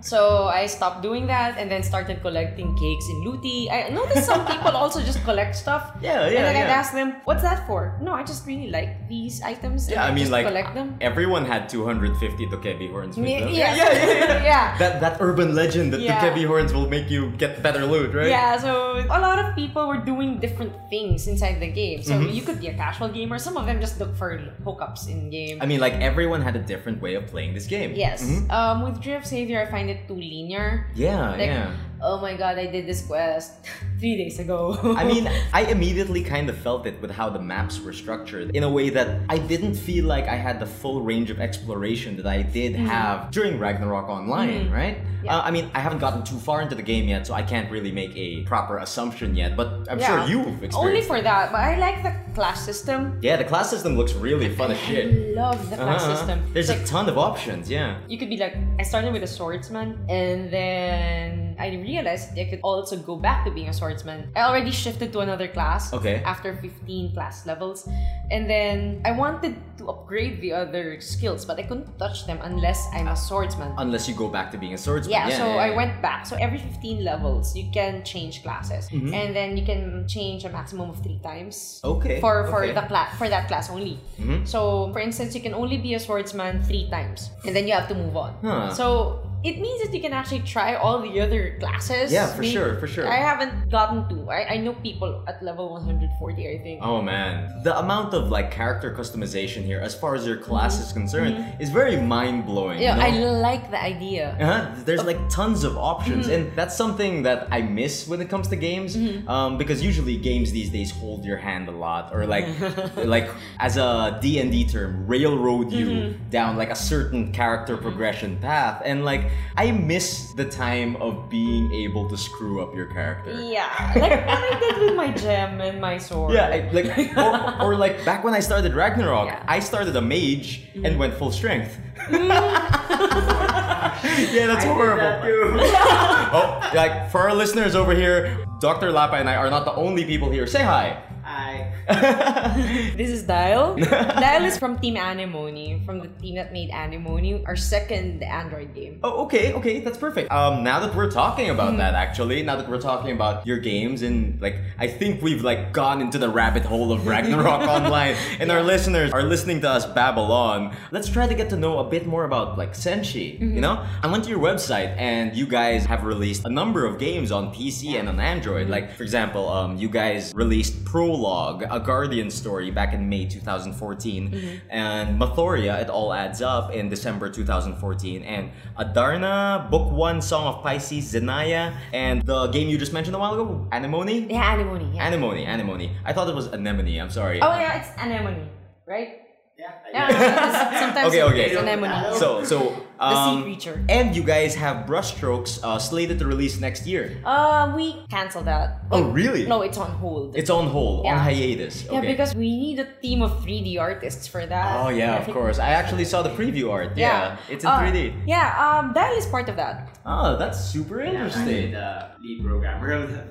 Speaker 2: so I stopped doing that and then started collecting cakes in Luti. I noticed some people also just collect stuff.
Speaker 1: Yeah, yeah,
Speaker 2: And then I'd
Speaker 1: yeah.
Speaker 2: ask them, "What's that for?" No, I just really like these items. and
Speaker 1: Yeah, I mean,
Speaker 2: just
Speaker 1: like
Speaker 2: collect them.
Speaker 1: everyone had 250 dokebi horns with
Speaker 2: Yeah,
Speaker 1: them.
Speaker 2: yeah,
Speaker 1: yeah, yeah, yeah.
Speaker 2: yeah.
Speaker 1: That that urban legend that
Speaker 2: Yeah.
Speaker 1: dokebi horns will make you get better loot, right?
Speaker 2: Yeah, so a lot of people were doing different things inside the game. So
Speaker 1: Mm-hmm.
Speaker 2: you could be a casual gamer. Some of them just look for hookups in game.
Speaker 1: I mean, like everyone had a different way of playing this game.
Speaker 2: yes.
Speaker 1: Mhm.
Speaker 2: Um, with Dream of Savior, I find it too linear.
Speaker 1: Yeah,
Speaker 2: Like,
Speaker 1: yeah.
Speaker 2: oh my god, I did this quest three days ago.
Speaker 1: I mean, I immediately kind of felt it with how the maps were structured in a way that I didn't feel like I had the full range of exploration that I did have during Ragnarok Online, right?
Speaker 2: Mm-hmm. Yeah.
Speaker 1: Uh, I mean, I haven't gotten too far into the game yet, so I can't really make a proper assumption yet, but I'm sure
Speaker 2: Yeah.
Speaker 1: you've experienced
Speaker 2: only
Speaker 1: it.
Speaker 2: for that. But I like the class system.
Speaker 1: Yeah, the class system looks really fun as shit.
Speaker 2: I love the Mm-hmm. class
Speaker 1: Uh-huh.
Speaker 2: system.
Speaker 1: There's
Speaker 2: like,
Speaker 1: a ton of options, yeah.
Speaker 2: you could be like, I started with a swordsman, and then I realized I could also go back to being a swordsman. I already shifted to another class
Speaker 1: Okay.
Speaker 2: after 15 class levels, and then I wanted to upgrade the other skills, but I couldn't touch them unless I'm a swordsman.
Speaker 1: Unless you go back to being a swordsman.
Speaker 2: yeah,
Speaker 1: Yeah,
Speaker 2: so
Speaker 1: yeah,
Speaker 2: I
Speaker 1: yeah.
Speaker 2: went back. So every 15 levels, you can change classes,
Speaker 1: Mm-hmm.
Speaker 2: and then you can change a maximum of three times
Speaker 1: Okay.
Speaker 2: for
Speaker 1: okay.
Speaker 2: for
Speaker 1: Mm-hmm.
Speaker 2: the class for that class only. So for instance, you can only be a swordsman three times, and then you have to move on.
Speaker 1: Huh.
Speaker 2: So it means that you can actually try all the other classes.
Speaker 1: Yeah, for
Speaker 2: Maybe-
Speaker 1: sure, for sure.
Speaker 2: I haven't gotten to. I, I know people at level 140, I think.
Speaker 1: Oh man, the amount of like character customization here, as far as your class is concerned, is very mind blowing.
Speaker 2: Mm-hmm. yeah, I like the idea.
Speaker 1: uh There's like tons of options,
Speaker 2: Mm-hmm.
Speaker 1: and that's something that I miss when it comes to games. Um, because usually games these days hold your hand a lot, or like, like as a D and D term, railroad you
Speaker 2: Mm-hmm.
Speaker 1: down like a certain character progression path. And like, I miss the time of being able to screw up your character.
Speaker 2: Yeah, like what I did with my gem and my sword.
Speaker 1: Yeah, I, like or, or like back when I started Ragnarok,
Speaker 2: Yeah.
Speaker 1: I started a mage and went full strength.
Speaker 2: Mm.
Speaker 1: yeah, that's horrible. oh, like for our listeners over here, Dr. Lapa and I are not the only people here. Say hi. Hi.
Speaker 2: This is Dial. Dial is from Team Anemone, from the team that made Anemone, our second Android game.
Speaker 1: oh, okay, okay, that's perfect. Um, now that we're talking about that, actually, now that we're talking about your games and like, I think we've like gone into the rabbit hole of Ragnarok Online, and our listeners are listening to us babble on. Let's try to get to know a bit more about like Senshi. You know, I went to your website, and you guys have released a number of games on PC and on Android. Like, for example, um, you guys released Prologue, a Guardian story, back in May 2014,
Speaker 2: Mm-hmm.
Speaker 1: and Mathoria, it all adds up, in December 2014, and Adarna, Book One, Song of Pisces, Zenaya, and the game you just mentioned a while ago, Anemone.
Speaker 2: Yeah, Anemone. Yeah.
Speaker 1: Anemone, anemone. I thought it was anemone. I'm sorry.
Speaker 2: Oh yeah, it's anemone, right? Yeah. sometimes
Speaker 1: Okay, okay.
Speaker 2: it's anemone.
Speaker 1: So, so
Speaker 2: the sea
Speaker 1: um,
Speaker 2: creature.
Speaker 1: and you guys have brushstrokes uh, slated to release next year.
Speaker 2: Uh, we cancel that.
Speaker 1: Oh, really?
Speaker 2: No, it's on hold.
Speaker 1: It's on hold, on
Speaker 2: Yeah.
Speaker 1: hiatus. Okay.
Speaker 2: Yeah, because we need a team of 3D artists for that.
Speaker 1: Oh yeah, of course. I actually saw the preview art. Yeah, it's in
Speaker 2: Uh,
Speaker 1: 3D.
Speaker 2: Yeah, um, Dial is part of that.
Speaker 1: Oh, that's super
Speaker 3: Yeah, I'm
Speaker 1: uh, interesting.
Speaker 3: the lead programmer.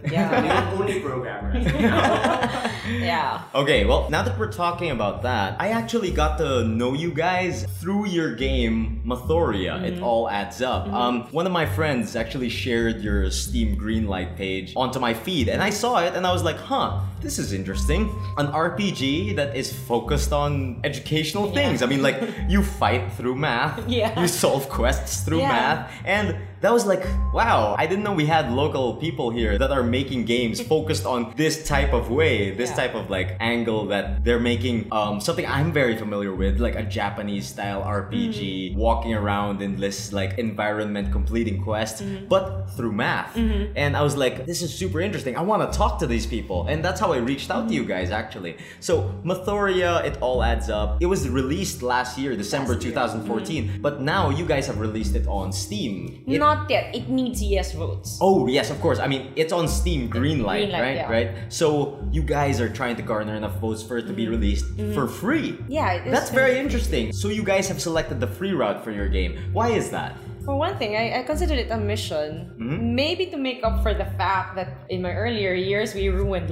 Speaker 2: Yeah.
Speaker 3: the only programmer.
Speaker 2: Yeah.
Speaker 1: Okay, well, now that we're talking about that, I actually got to know you guys through your game, Mathoria. It
Speaker 2: Mm-hmm.
Speaker 1: all adds up. Um, one of my friends actually shared your Steam Greenlight page onto my feed, and I saw it and I was like, huh, this is interesting. An RPG that is focused on educational things. I mean, like, you fight through math,
Speaker 2: Yeah.
Speaker 1: you solve quests through
Speaker 2: Yeah.
Speaker 1: math, and that was like, wow, I didn't know we had local people here that are making games focused on this type of way, this
Speaker 2: Yeah.
Speaker 1: type of like angle that they're making um, something I'm very familiar with, like a Japanese style RPG,
Speaker 2: Mm-hmm.
Speaker 1: walking around in this like environment, completing quests,
Speaker 2: Mm-hmm.
Speaker 1: but through math. And I was like, this is super interesting. I want to talk to these people. And that's how I reached out
Speaker 2: Mm-hmm.
Speaker 1: to you guys actually. So, Mathoria, it all adds up. It was released last year, December
Speaker 2: Last year.
Speaker 1: 2014, but now you guys have released it on Steam. It-
Speaker 2: Mm. Not yet. It needs yes votes.
Speaker 1: Oh yes, of course. I mean, it's on Steam Greenlight,
Speaker 2: Greenlight,
Speaker 1: right?
Speaker 2: yeah.
Speaker 1: Right. So you guys are trying to garner enough votes for it to be released for free.
Speaker 2: Yeah, it Mm. is
Speaker 1: That's very interesting. So you guys have selected the free route for your game. Why is that?
Speaker 2: For one thing, I, I considered it a mission.
Speaker 1: Mm-hmm.
Speaker 2: Maybe to make up for the fact that in my earlier years we ruined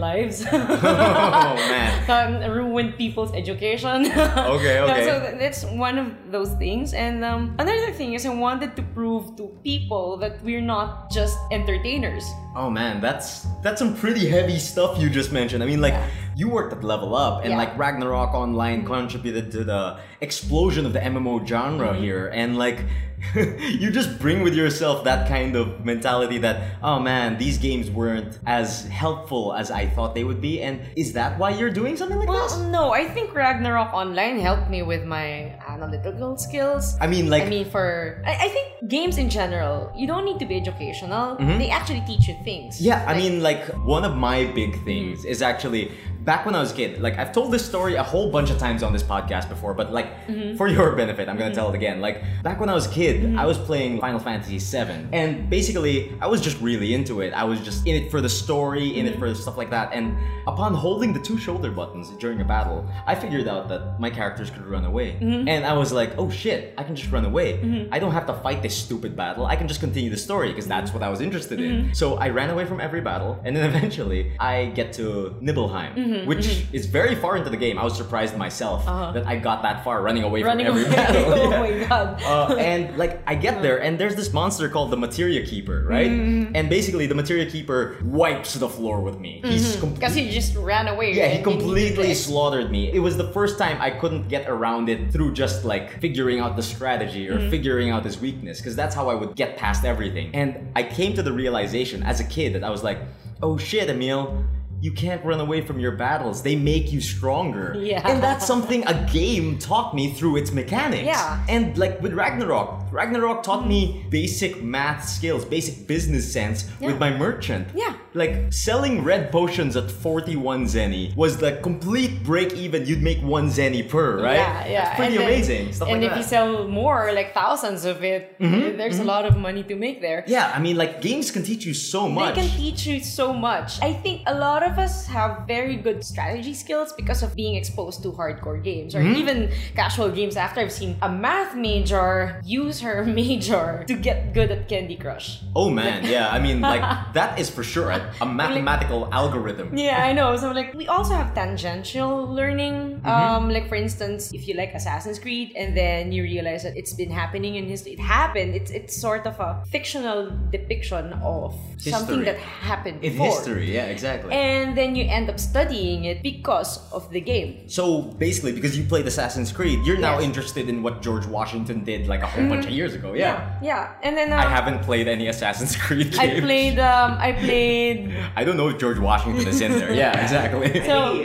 Speaker 2: lives.
Speaker 1: Oh, man.
Speaker 2: Um, ruined people's education.
Speaker 1: Okay,
Speaker 2: Yeah,
Speaker 1: okay.
Speaker 2: so th- that's one of those things. And um, another thing is I wanted to prove to people that we're not just entertainers.
Speaker 1: Oh man, that's that's some pretty heavy stuff you just mentioned. I mean, like you worked at Level Up, and
Speaker 2: Yeah. Mm-hmm.
Speaker 1: like Ragnarok Online contributed to the explosion of the MMO genre
Speaker 2: Mm-hmm.
Speaker 1: here, and like you just bring with yourself that kind of mentality that oh man, these games weren't as helpful as I thought they would be, and is that why you're doing something like
Speaker 2: Well,
Speaker 1: this?
Speaker 2: no, I think Ragnarok Online helped me with my analytical skills.
Speaker 1: I mean, like
Speaker 2: I mean, for I, I think games in general, you don't need to be educational. They actually teach you things.
Speaker 1: Mm-hmm. Yeah, I mean, like, one of my big things is actually back when I was a kid. Like, I've told this story a whole bunch of times on this podcast before, but like, for your benefit, I'm gonna tell it again. Like, back when I was a kid, I was playing Final Fantasy VII, and basically, I was just really into it. I was just in it for the story, in it for stuff like that. And upon holding the two shoulder buttons during a battle, I figured out that my characters could run away.
Speaker 2: Mm-hmm.
Speaker 1: And I was like, oh shit, I can just run away. I don't have to fight this stupid battle. I can just continue the story because that's what I was interested
Speaker 2: Mm-hmm.
Speaker 1: in. So I ran away from every battle, and then eventually I get to
Speaker 2: Mm-hmm,
Speaker 1: Nibelheim, which is very far into the game. I was surprised myself that I got that far running away
Speaker 2: Uh-huh. running
Speaker 1: from
Speaker 2: away.
Speaker 1: every battle.
Speaker 2: oh
Speaker 1: Yeah
Speaker 2: my god. Uh-huh.
Speaker 1: uh, and like I get there, and there's this monster called the Materia Keeper, right?
Speaker 2: Mm-hmm.
Speaker 1: And basically, the Materia Keeper wipes the floor with me. He's
Speaker 2: Because
Speaker 1: completely.
Speaker 2: he just ran away.
Speaker 1: Yeah, he
Speaker 2: and- and
Speaker 1: completely
Speaker 2: did
Speaker 1: slaughtered me. It was the first time I couldn't get around it through just like figuring out the strategy
Speaker 2: Mm-hmm.
Speaker 1: or figuring out his weakness, because that's how I would get past everything. And I came to the realization as a kid that I was like, oh shit, Emil, you can't run away from your battles. They make you stronger.
Speaker 2: Yeah.
Speaker 1: And that's something a game taught me through its mechanics.
Speaker 2: Yeah.
Speaker 1: And like with Ragnarok, Ragnarok taught me basic math skills, basic business sense with my merchant.
Speaker 2: Yeah.
Speaker 1: Like selling red potions at 41 zenny was the complete break even. You'd make one zenny per, right?
Speaker 2: Yeah, yeah.
Speaker 1: That's pretty
Speaker 2: And then-
Speaker 1: amazing. Stuff
Speaker 2: and
Speaker 1: like
Speaker 2: if
Speaker 1: that. Mm-hmm,
Speaker 2: you sell more, like thousands of it, there's a lot of money to make there.
Speaker 1: yeah, I mean, like games can teach you so much.
Speaker 2: They can teach you so much. I think a lot of us have very good strategy skills because of being exposed to hardcore games or
Speaker 1: Mm-hmm.
Speaker 2: even casual games. After I've seen a math major use her major to get good at Candy Crush.
Speaker 1: oh man, yeah. I mean, like that is for sure a, a mathematical algorithm.
Speaker 2: Yeah, I know. So like we also have tangential learning.
Speaker 1: Mm-hmm.
Speaker 2: Um, like for instance, if you like Assassin's Creed and then you realize that it's been happening in history, it happened. It's it's sort of a fictional depiction of something
Speaker 1: History.
Speaker 2: that happened
Speaker 1: In
Speaker 2: before.
Speaker 1: history, yeah, exactly.
Speaker 2: And then you end up studying it because of the game.
Speaker 1: So basically, because you played Assassin's Creed, you're now
Speaker 2: Yes. Mm-hmm.
Speaker 1: interested in what George Washington did like a whole bunch of years ago. Yeah.
Speaker 2: Yeah. And then uh,
Speaker 1: I haven't played any Assassin's Creed
Speaker 2: I
Speaker 1: games.
Speaker 2: played um I played
Speaker 1: I don't know if George Washington is in there. Yeah, exactly.
Speaker 2: So-
Speaker 1: he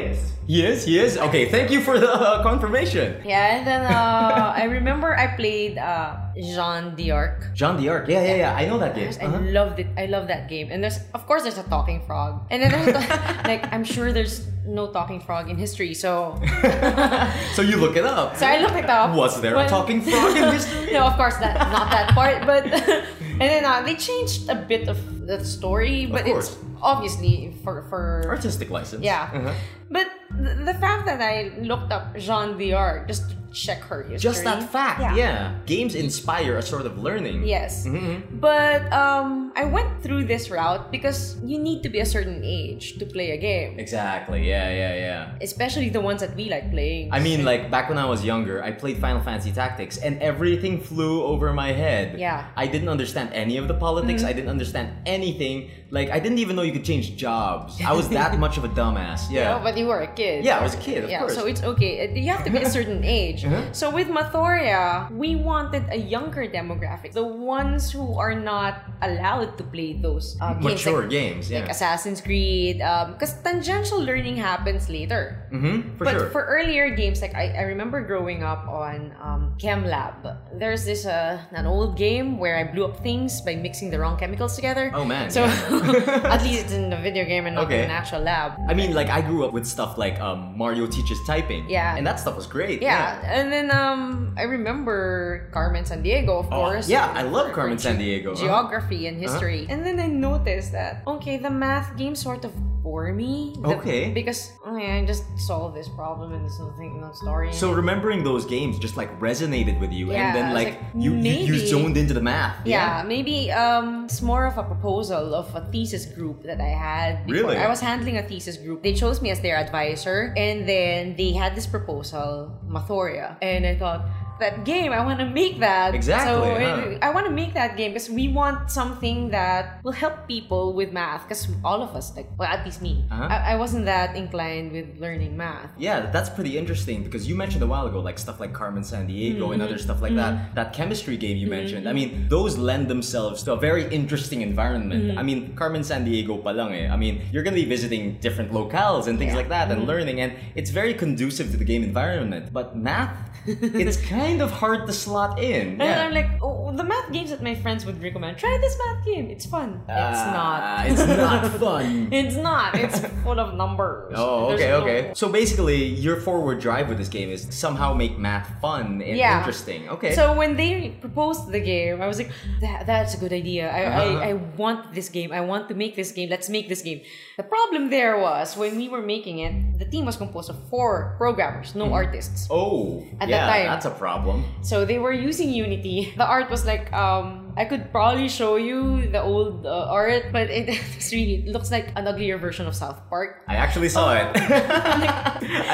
Speaker 1: is. He is. Okay. Thank you for the uh, confirmation.
Speaker 2: Yeah, and then uh, I remember I played uh Jean d'Arc.
Speaker 1: John the Ark. Yeah, yeah, yeah. I know that game. Uh-huh.
Speaker 2: I loved it. I love that game. And there's, of course, there's a talking frog. And then there's, a- like, I'm sure there's no talking frog in history. So,
Speaker 1: Uh-huh. So you look it up.
Speaker 2: so I looked it up.
Speaker 1: Was there a
Speaker 2: Well-
Speaker 1: talking frog in history?
Speaker 2: no, of course, that not that part. But and then uh, they changed a bit of the story, but
Speaker 1: course.
Speaker 2: it's obviously for for
Speaker 1: Artistic license.
Speaker 2: yeah.
Speaker 1: Uh-huh.
Speaker 2: But the, the fact that I looked up Jean d'Arc just to check her history.
Speaker 1: Just that fact. Yeah. Games inspire a sort of learning.
Speaker 2: Yes. But um, I went through this route because you need to be a certain age to play a game,
Speaker 1: Exactly. Yeah, yeah, yeah.
Speaker 2: especially the ones that we like playing.
Speaker 1: I mean, like back when I was younger, I played Final Fantasy Tactics, and everything flew over my head.
Speaker 2: Yeah. Mm-hmm.
Speaker 1: I didn't understand any of the politics. I didn't understand anything. Like, I didn't even know you could change jobs. I was that much of a dumbass.
Speaker 2: No,
Speaker 1: Yeah.
Speaker 2: but you were a kid.
Speaker 1: Yeah, I was a kid, of
Speaker 2: yeah,
Speaker 1: course.
Speaker 2: so it's okay. Uh, You have to be a certain age.
Speaker 1: Uh-huh.
Speaker 2: So with Mathoria, we wanted a younger demographic. The ones who are not allowed to play those uh, games.
Speaker 1: Mature
Speaker 2: like,
Speaker 1: games. Yeah.
Speaker 2: like Assassin's Creed. Because tangential learning happens later.
Speaker 1: mm-hmm. For
Speaker 2: but
Speaker 1: sure.
Speaker 2: for earlier games, like I, I remember growing up on um, Chem Lab, there's this uh, an old game where I blew up things by mixing the wrong chemicals together.
Speaker 1: Oh, man,
Speaker 2: So
Speaker 1: yeah.
Speaker 2: at least it's in a video game and not
Speaker 1: Okay.
Speaker 2: in an actual lab.
Speaker 1: I mean, like I grew up with stuff like um, Mario teaches typing.
Speaker 2: Yeah.
Speaker 1: And that stuff was great.
Speaker 2: Yeah, and then um, I remember Carmen San Diego, of
Speaker 1: Oh,
Speaker 2: course.
Speaker 1: yeah, I love
Speaker 2: For-
Speaker 1: Carmen
Speaker 2: for
Speaker 1: San
Speaker 2: ge-
Speaker 1: Diego. Uh-huh.
Speaker 2: Geography and history, and then I noticed that okay, the math game sort of bore me. The-
Speaker 1: Okay.
Speaker 2: because okay, I just solved this problem and there's nothing, no story. in
Speaker 1: So
Speaker 2: it.
Speaker 1: remembering those games just like resonated with you,
Speaker 2: Yeah,
Speaker 1: and then
Speaker 2: I was
Speaker 1: like,
Speaker 2: like,
Speaker 1: you, you you
Speaker 2: maybe-
Speaker 1: zoned into the math.
Speaker 2: Yeah, maybe um, it's more of a proposal of a thesis group that I had. before.
Speaker 1: Really?
Speaker 2: I was handling a thesis group. They chose me as their advisor, and then they had this proposal, Mathoria, and I thought. That game, I want to make that.
Speaker 1: Exactly,
Speaker 2: So
Speaker 1: huh.
Speaker 2: I- I want to make that game because we want something that will help people with math. Because all of us, like, well, at least me,
Speaker 1: Uh-huh.
Speaker 2: I, I wasn't that inclined with learning math.
Speaker 1: Yeah, that's pretty interesting because you mentioned a while ago like stuff like Carmen San Diego and
Speaker 2: Mm-hmm.
Speaker 1: other stuff like that. That chemistry game you mentioned. I mean, those lend themselves to a very interesting environment.
Speaker 2: Mm-hmm.
Speaker 1: I mean, Carmen San Diego pa lang eh. I mean, you're going to be visiting different locales and things
Speaker 2: Yeah. Mm-hmm.
Speaker 1: like that and learning and it's very conducive to the game environment. But math, it's kind of hard to slot in.
Speaker 2: And
Speaker 1: Yeah.
Speaker 2: I'm like, oh, the math games that my friends would recommend. Try this math game. It's fun. it's
Speaker 1: Ah,
Speaker 2: not.
Speaker 1: it's not fun.
Speaker 2: It's not. It's full of numbers.
Speaker 1: Mm. Oh,
Speaker 2: There's
Speaker 1: okay,
Speaker 2: no-
Speaker 1: okay. So basically, your forward drive with this game is somehow make math fun and
Speaker 2: Yeah.
Speaker 1: interesting. Okay.
Speaker 2: So when they proposed the game, I was like, that, "That's a good idea. I,
Speaker 1: Uh-huh.
Speaker 2: I, I want this game. I want to make this game. Let's make this game." The problem there was when we were making it, the team was composed of four programmers, no
Speaker 1: Mm.
Speaker 2: artists.
Speaker 1: oh,
Speaker 2: At
Speaker 1: yeah,
Speaker 2: that time.
Speaker 1: that's a problem.
Speaker 2: So they were using Unity. The art was like, um, I could probably show you the old uh, art, but it, it's really it looks like an uglier version of South Park.
Speaker 1: I actually saw it.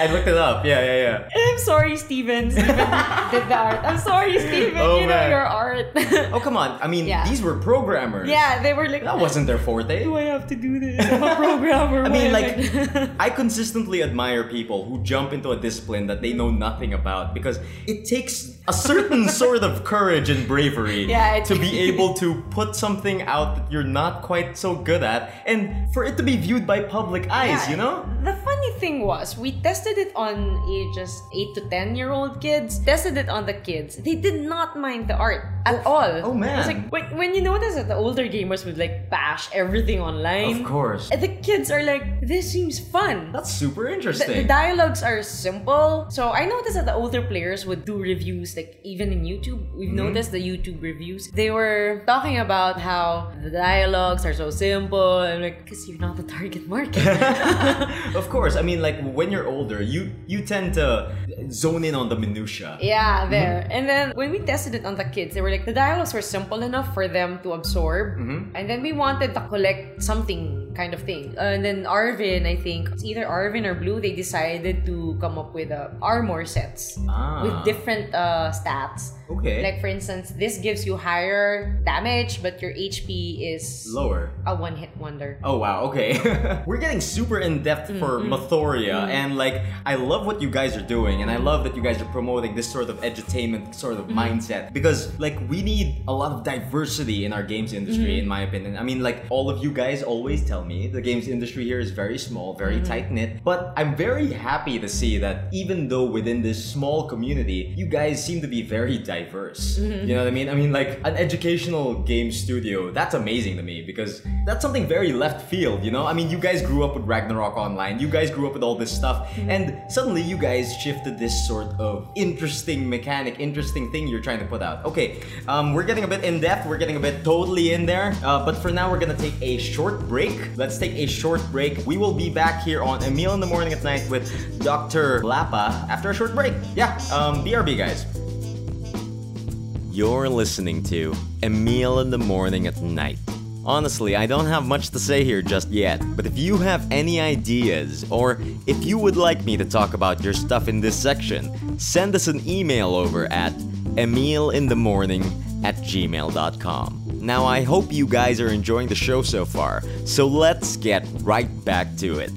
Speaker 1: I looked it up. Yeah, yeah, yeah.
Speaker 2: I'm sorry, Steven. Steven did the art. I'm sorry, Steven.
Speaker 1: Oh, man.
Speaker 2: you know your art.
Speaker 1: Oh, come on. I mean,
Speaker 2: Yeah.
Speaker 1: these were programmers.
Speaker 2: Yeah, they were like,
Speaker 1: That wasn't their forte.
Speaker 2: do I have to do this? I'm a programmer.
Speaker 1: I mean,
Speaker 2: why
Speaker 1: like,
Speaker 2: am
Speaker 1: I
Speaker 2: I-"
Speaker 1: consistently admire people who jump into a discipline that they know nothing about because it takes a certain sort of courage and bravery
Speaker 2: Yeah, it-
Speaker 1: to be able to put something out that you're not quite so good at and for it to be viewed by public eyes,
Speaker 2: Yeah.
Speaker 1: you know?
Speaker 2: The funny thing was, we tested it on ages 8 to 10 year old kids, tested it on the kids. They did not mind the art at all.
Speaker 1: oh, man.
Speaker 2: It's like, when, when you notice that the older gamers would like bash everything online,
Speaker 1: Of course.
Speaker 2: the kids are like, this seems fun.
Speaker 1: That's super
Speaker 2: The, the
Speaker 1: interesting.
Speaker 2: dialogues are simple. So I noticed that the older players would do reviews, like even in YouTube. We've noticed the YouTube reviews. They were talking about how the dialogues are so simple. I'm like, because you're not the target market.
Speaker 1: of course. I mean, like when you're older, you you tend to zone in on the minutia.
Speaker 2: Yeah, there. And then when we tested it on the kids, they were like, the dialogues were simple enough for them to absorb. And then we wanted to collect something kind of thing. Uh, And then Arvin, I think, it's either Arvin or Blue, they decided to come up with uh, armor sets
Speaker 1: Ah.
Speaker 2: with different uh, stats.
Speaker 1: Okay.
Speaker 2: Like, for instance, this gives you higher damage, but your HP is
Speaker 1: Lower.
Speaker 2: a one hit wonder.
Speaker 1: Oh wow, okay. We're getting super in depth for Mathoria, and like, I love what you guys are doing, and I love that you guys are promoting this sort of edutainment sort of mindset because, like, we need a lot of diversity in our games industry, in my opinion. I mean, like, all of you guys always tell me the games industry here is very small, very tight knit, but I'm very happy to see that even though within this small community, you guys seem to be very diverse. You know what I mean? I mean, like, an educational game studio, that's amazing to me because that's something very left field, you know? I mean, you guys grew up with Ragnarok Online, you guys grew up with all this stuff, and suddenly you guys shifted this sort of interesting mechanic, interesting thing you're trying to put out. Okay, um, we're getting a bit in depth, we're getting a bit totally in there, uh, but for now, we're gonna take a short break. Let's take a short break. We will be back here on A Meal in the Morning at Night with Dr. Lapa after a short break. Yeah, um, BRB, guys. You're listening to A Meal in the Morning at Night, Honestly, I don't have much to say here just yet, but if you have any ideas, or if you would like me to talk about your stuff in this section, send us an email over at emilinthemorning at gmail.com. Now, I hope you guys are enjoying the show so far, so let's get right back to it.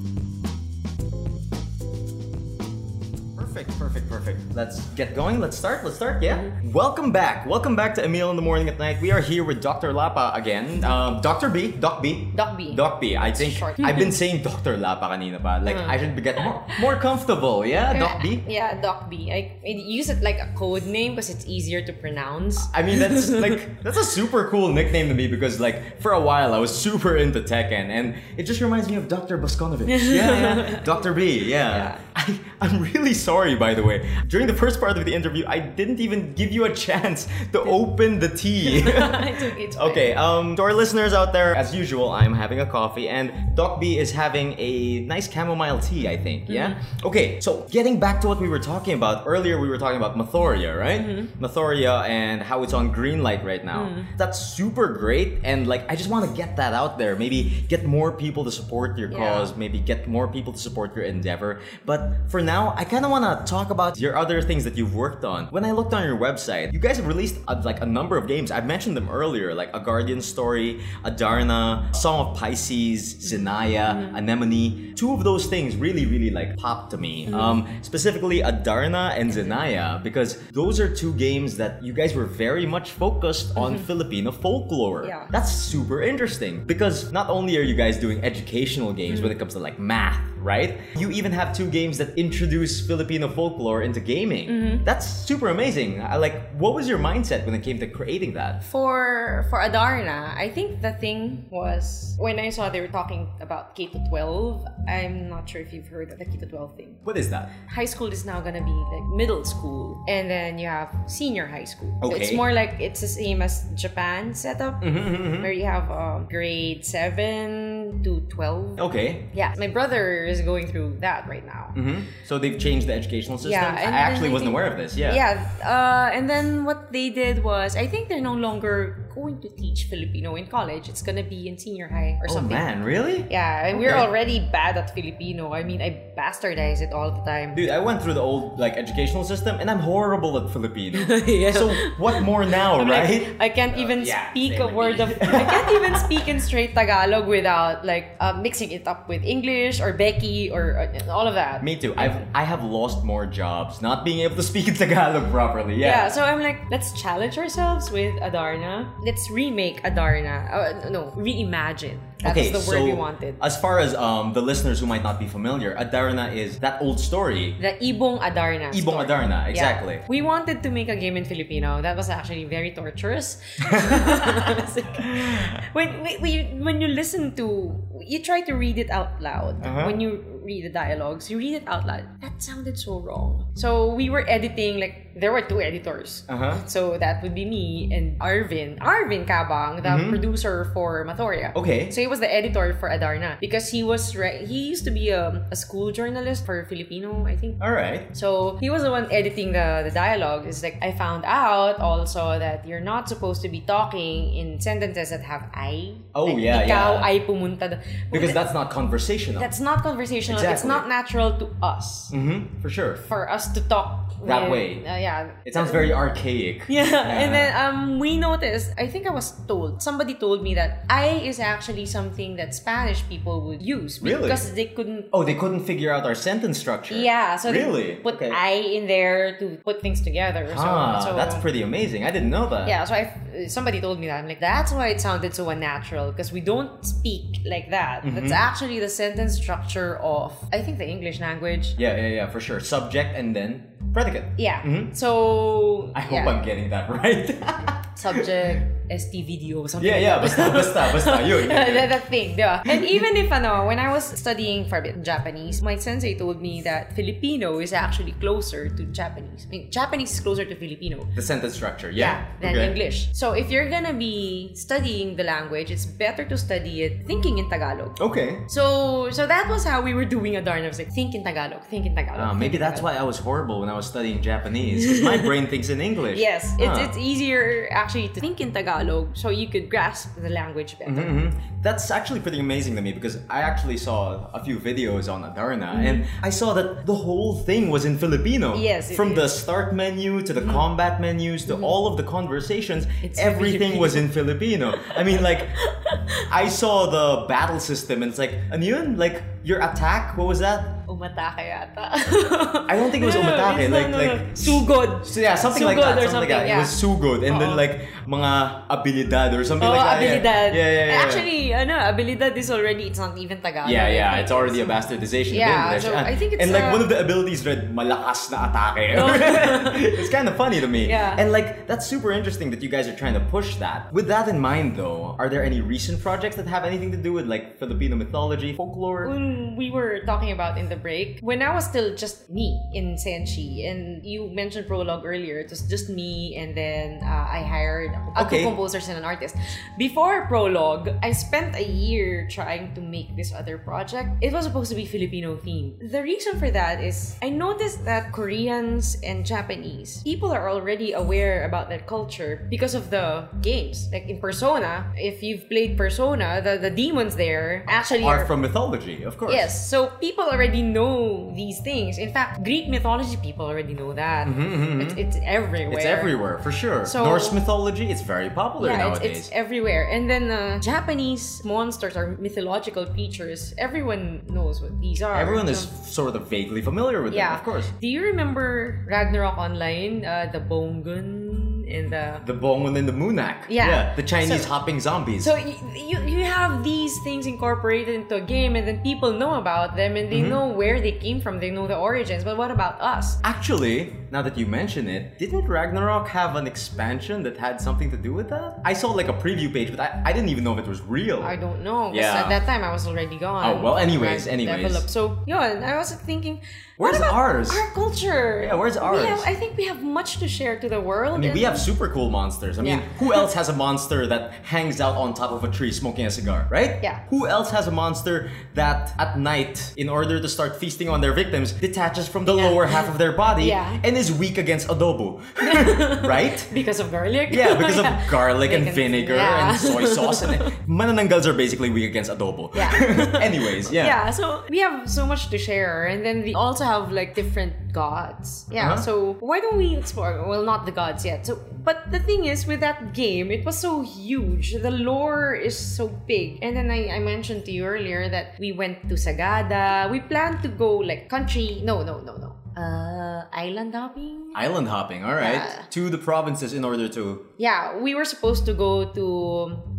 Speaker 1: Perfect, perfect, perfect. Let's get going. Let's start. Let's start. Yeah. Welcome back. Welcome back to Emil in the Morning at Night. We are here with Dr. Lapa again. Um, Dr. B. Doc B.
Speaker 2: Doc B.
Speaker 1: Doc B. I think
Speaker 2: Short.
Speaker 1: I've been saying Dr. Lapa kanina pa. Like, I should be get more, more comfortable. Yeah, Doc B.
Speaker 2: Yeah, Doc B. I, I use it like a code name because it's easier to pronounce.
Speaker 1: I mean that's like that's a super cool nickname to me because like for a while I was super into Tekken and it just reminds me of Dr. Boskonovich. Yeah, yeah. Dr. B, yeah.
Speaker 2: Yeah.
Speaker 1: I, I'm really sorry by the way. During the first part of the interview I didn't even give you a chance to open the tea.
Speaker 2: it's, it's fine.
Speaker 1: Okay, um, to our listeners out there, as usual, I'm having a coffee and Doc B is having a nice chamomile tea, I think, yeah?
Speaker 2: Mm-hmm.
Speaker 1: Okay, so getting back to what we were talking about earlier, we were talking about Mathoria, right?
Speaker 2: Mm-hmm.
Speaker 1: Mathoria and how it's on green light right now. That's super great, and like, I just want to get that out there. Maybe get more people to support your
Speaker 2: Yeah.
Speaker 1: cause, maybe get more people to support your endeavor. But for now, I kind of want to talk about your other things that you've worked on. When I looked on your website, you guys have released uh, like a number of games. I mentioned them earlier, like A Guardian Story, Adarna, Song of Pisces, Zenaya, Anemone. Two of those things really, really like popped to me. Um, specifically Adarna and Zenaya, because those are two games that you guys were very much focused on Filipino folklore.
Speaker 2: Yeah.
Speaker 1: That's super interesting because not only are you guys doing educational games when it comes to like math, right? You even have two games that introduce Filipino folklore into gaming.
Speaker 2: Mm-hmm.
Speaker 1: That's super amazing. I like what was your mindset when it came to creating that?
Speaker 2: for for Adarna, I think the thing was when I saw they were talking about K to 12. I'm not sure if you've heard of the K to 12 thing.
Speaker 1: What is that?
Speaker 2: High school is now gonna be like middle school, and then you have senior high school. So
Speaker 1: Okay. Mm-hmm.
Speaker 2: it's more like it's the same as Japan setup, where you have um, grade seven to twelve.
Speaker 1: Okay.
Speaker 2: Yeah, my brother is going through that right now.
Speaker 1: hmm So they've changed the educational system.
Speaker 2: Yeah, and
Speaker 1: I actually
Speaker 2: then I
Speaker 1: wasn't
Speaker 2: think-
Speaker 1: aware of this. Yeah.
Speaker 2: uh, and then what they did was, I think they're no longer going to teach Filipino in college. It's gonna be in senior high or
Speaker 1: Oh
Speaker 2: something.
Speaker 1: man, really?
Speaker 2: Yeah, and we're
Speaker 1: Okay.
Speaker 2: already bad at Filipino. I mean, I bastardize it all the time.
Speaker 1: Dude, I went through the old like educational system and I'm horrible at Filipino.
Speaker 2: Yeah.
Speaker 1: So what more now,
Speaker 2: I'm like,
Speaker 1: right?
Speaker 2: I can't even
Speaker 1: Oh, yeah,
Speaker 2: speak
Speaker 1: same
Speaker 2: a
Speaker 1: with
Speaker 2: word
Speaker 1: me.
Speaker 2: of. I can't even speak in straight Tagalog without like uh, mixing it up with English or Becky or uh, all of that.
Speaker 1: Me too. I've I have lost more jobs not being able to speak in Tagalog properly.
Speaker 2: Yeah.
Speaker 1: Yeah.
Speaker 2: so I'm like, let's challenge ourselves with Adarna. Let's remake Adarna. Uh, no, reimagine. That's
Speaker 1: okay.
Speaker 2: the word
Speaker 1: so
Speaker 2: we wanted.
Speaker 1: as far as um the listeners who might not be familiar, Adarna is that old story.
Speaker 2: The Ibong Adarna.
Speaker 1: Ibong
Speaker 2: story.
Speaker 1: Adarna,
Speaker 2: Yeah.
Speaker 1: exactly.
Speaker 2: We wanted to make a game in Filipino. That was actually very torturous. It's like, when, when- when you, when you listen to, you try to read it out loud.
Speaker 1: Uh-huh.
Speaker 2: When you read the dialogues, you read it out loud. That sounded so wrong. So we were editing, like, there were two editors.
Speaker 1: Uh huh.
Speaker 2: So that would be me and Arvin. Arvin Kabang, the producer for Mathoria.
Speaker 1: Mm-hmm. Okay.
Speaker 2: So he was the editor for Adarna because he was re- he used to be um, a school journalist for Filipino, I think.
Speaker 1: All right.
Speaker 2: So he was the one editing the, the dialogue. It's like I found out also that you're not supposed to be talking in sentences that have I.
Speaker 1: Oh,
Speaker 2: Like,
Speaker 1: yeah,
Speaker 2: ikaw
Speaker 1: yeah.
Speaker 2: ay pumunta. do-"
Speaker 1: Because that's not conversational.
Speaker 2: that's not conversational. It's
Speaker 1: Exactly.
Speaker 2: not natural to us
Speaker 1: mm-hmm. For sure.
Speaker 2: for us to talk
Speaker 1: That
Speaker 2: with-
Speaker 1: way.
Speaker 2: uh, yeah.
Speaker 1: It sounds very archaic.
Speaker 2: Yeah, and then um, we noticed. I think I was told. Somebody told me that "I" is actually something that Spanish people would use
Speaker 1: Really?
Speaker 2: because they couldn't.
Speaker 1: Oh, they couldn't figure out our sentence structure.
Speaker 2: Yeah, so they
Speaker 1: really.
Speaker 2: put
Speaker 1: okay.
Speaker 2: "I" in there to put things together. So,
Speaker 1: ah,
Speaker 2: so uh,
Speaker 1: that's pretty amazing. I didn't know that.
Speaker 2: yeah. So I, somebody told me that. I'm like, that's why it sounded so unnatural because we don't speak like that.
Speaker 1: Mm-hmm.
Speaker 2: That's actually the sentence structure of I think the English language.
Speaker 1: Yeah, yeah, yeah, for sure. Subject and then predicate.
Speaker 2: Yeah. So
Speaker 1: Mm-hmm. I hope
Speaker 2: yeah.
Speaker 1: I'm getting that right.
Speaker 2: subject STVDO something.
Speaker 1: yeah,
Speaker 2: like
Speaker 1: yeah, basta,
Speaker 2: that.
Speaker 1: basta, basta. Yun. yun, yun.
Speaker 2: that, that thing, di ba? And even if ano, when I was studying for a bit Japanese, my sensei told me that Filipino is actually closer to Japanese. I mean, Japanese is closer to Filipino.
Speaker 1: The sentence structure, yeah.
Speaker 2: than
Speaker 1: Okay.
Speaker 2: English. So if you're gonna be studying the language, it's better to study it thinking in Tagalog.
Speaker 1: Okay.
Speaker 2: So so that was how we were doing Adarna. I was like, think in Tagalog, think in Tagalog.
Speaker 1: Uh,
Speaker 2: think
Speaker 1: maybe
Speaker 2: in
Speaker 1: that's
Speaker 2: Tagalog.
Speaker 1: why I was horrible when I was studying Japanese, because my brain thinks in English.
Speaker 2: Yes, it's,
Speaker 1: Huh.
Speaker 2: it's easier actually to think in Tagalog so you could grasp the language better.
Speaker 1: Mm-hmm. That's actually pretty amazing to me because I actually saw a few videos on Adarna
Speaker 2: Mm-hmm.
Speaker 1: and I saw that the whole thing was in Filipino.
Speaker 2: Yes, it Mm-hmm.
Speaker 1: From the start menu to the combat menus to all of the conversations,
Speaker 2: It's
Speaker 1: everything was in Filipino. I mean, like, I saw the battle system and it's like, ano yun? Like, your attack? What was that?
Speaker 2: Umatake yata.
Speaker 1: Mm-hmm. I don't think it was
Speaker 2: No, no, no,
Speaker 1: umatake,
Speaker 2: it's
Speaker 1: like-
Speaker 2: not- no,
Speaker 1: like-
Speaker 2: no. sugod.
Speaker 1: So yeah, something like that.
Speaker 2: Sugod or
Speaker 1: Something, like that. It
Speaker 2: something,
Speaker 1: was sugod and then
Speaker 2: Oo.
Speaker 1: like mga abilidad or something
Speaker 2: Oh,
Speaker 1: like that. Yeah.
Speaker 2: abilidad.
Speaker 1: Yeah, yeah, yeah.
Speaker 2: Actually, ano, abilidad is already, it's not even Tagalog.
Speaker 1: Yeah, yeah,
Speaker 2: I
Speaker 1: it's
Speaker 2: think.
Speaker 1: already a bastardization
Speaker 2: Yeah,
Speaker 1: of English.
Speaker 2: so
Speaker 1: And-
Speaker 2: I think it's,
Speaker 1: and like
Speaker 2: uh,
Speaker 1: one of the abilities read malakas na atake.
Speaker 2: No.
Speaker 1: it's kind of funny to me.
Speaker 2: Oh. Yeah.
Speaker 1: And like that's super interesting that you guys are trying to push that. With that in mind, though, are there any recent projects that have anything to do with like Filipino mythology, folklore?
Speaker 2: When we were talking about in the break, when I was still just me in Senchi, and you mentioned Prologue earlier, it was just me, and then uh, I hired uh,
Speaker 1: Okay.
Speaker 2: two composers and an artist. Before Prologue, I spent a year trying to make this other project. It was supposed to be Filipino themed. The reason for that is I noticed that Koreans and Japanese people are already aware about their culture because of the games. Like in Persona, if you've played Persona, the, the demons there actually
Speaker 1: Are from mythology, of course.
Speaker 2: Yes, so people already know these things. In fact, Greek mythology people already know that. It's, it's everywhere.
Speaker 1: Mm-hmm, It's everywhere for sure.
Speaker 2: So-
Speaker 1: Norse mythology, it's very popular
Speaker 2: Yeah, it's,
Speaker 1: nowadays.
Speaker 2: it's everywhere. And then uh, Japanese monsters or mythological creatures, everyone knows what these are.
Speaker 1: Everyone is
Speaker 2: So-
Speaker 1: sort of vaguely familiar with
Speaker 2: Yeah.
Speaker 1: them, of course.
Speaker 2: Do you remember Ragnarok Online, uh, the Bongun and the
Speaker 1: The Bongun and the Munak.
Speaker 2: Yeah.
Speaker 1: the Chinese
Speaker 2: So-
Speaker 1: hopping zombies.
Speaker 2: So you, you you have these things incorporated into a game, and then people know about them, and they
Speaker 1: Mm-hmm.
Speaker 2: know where they came from, they know the origins. But what about us?
Speaker 1: Actually, now that you mention it, didn't Ragnarok have an expansion that had something to do with that? I saw like a preview page, but I, I didn't even know if it was real.
Speaker 2: I don't know. 'cause
Speaker 1: Yeah.
Speaker 2: At that time, I was already gone.
Speaker 1: Oh, well, anyways,
Speaker 2: When I
Speaker 1: anyways.
Speaker 2: developed. So yeah, I was thinking, what
Speaker 1: Where's
Speaker 2: about
Speaker 1: ours?
Speaker 2: Our culture.
Speaker 1: Yeah, where's
Speaker 2: We
Speaker 1: ours?
Speaker 2: have, I think we have much to share to the
Speaker 1: I
Speaker 2: world.
Speaker 1: mean, we have super cool monsters. I mean,
Speaker 2: Yeah.
Speaker 1: who else has a monster that hangs out on top of a tree smoking a cigar, right?
Speaker 2: Yeah.
Speaker 1: Who else has a monster that at night, in order to start feasting on their victims, detaches from the lower half of their body
Speaker 2: Yeah.
Speaker 1: and is weak against adobo, right?
Speaker 2: because of garlic.
Speaker 1: Yeah, because
Speaker 2: Yeah.
Speaker 1: of garlic and
Speaker 2: Like,
Speaker 1: vinegar
Speaker 2: yeah.
Speaker 1: and soy sauce. And manananggals are basically weak against adobo.
Speaker 2: Yeah.
Speaker 1: Anyways, yeah.
Speaker 2: yeah. so we have so much to share, and then we also have like different gods. Yeah,
Speaker 1: Uh-huh.
Speaker 2: so why don't we explore? Well, not the gods yet. So, but the thing is, with that game, it was so huge. The lore is so big, and then I, I mentioned to you earlier that we went to Sagada. We planned to go like country. No, no, no, no. Uh, island hopping.
Speaker 1: Island hopping, all right,
Speaker 2: Yeah.
Speaker 1: to the provinces in order to
Speaker 2: Yeah, we were supposed to go to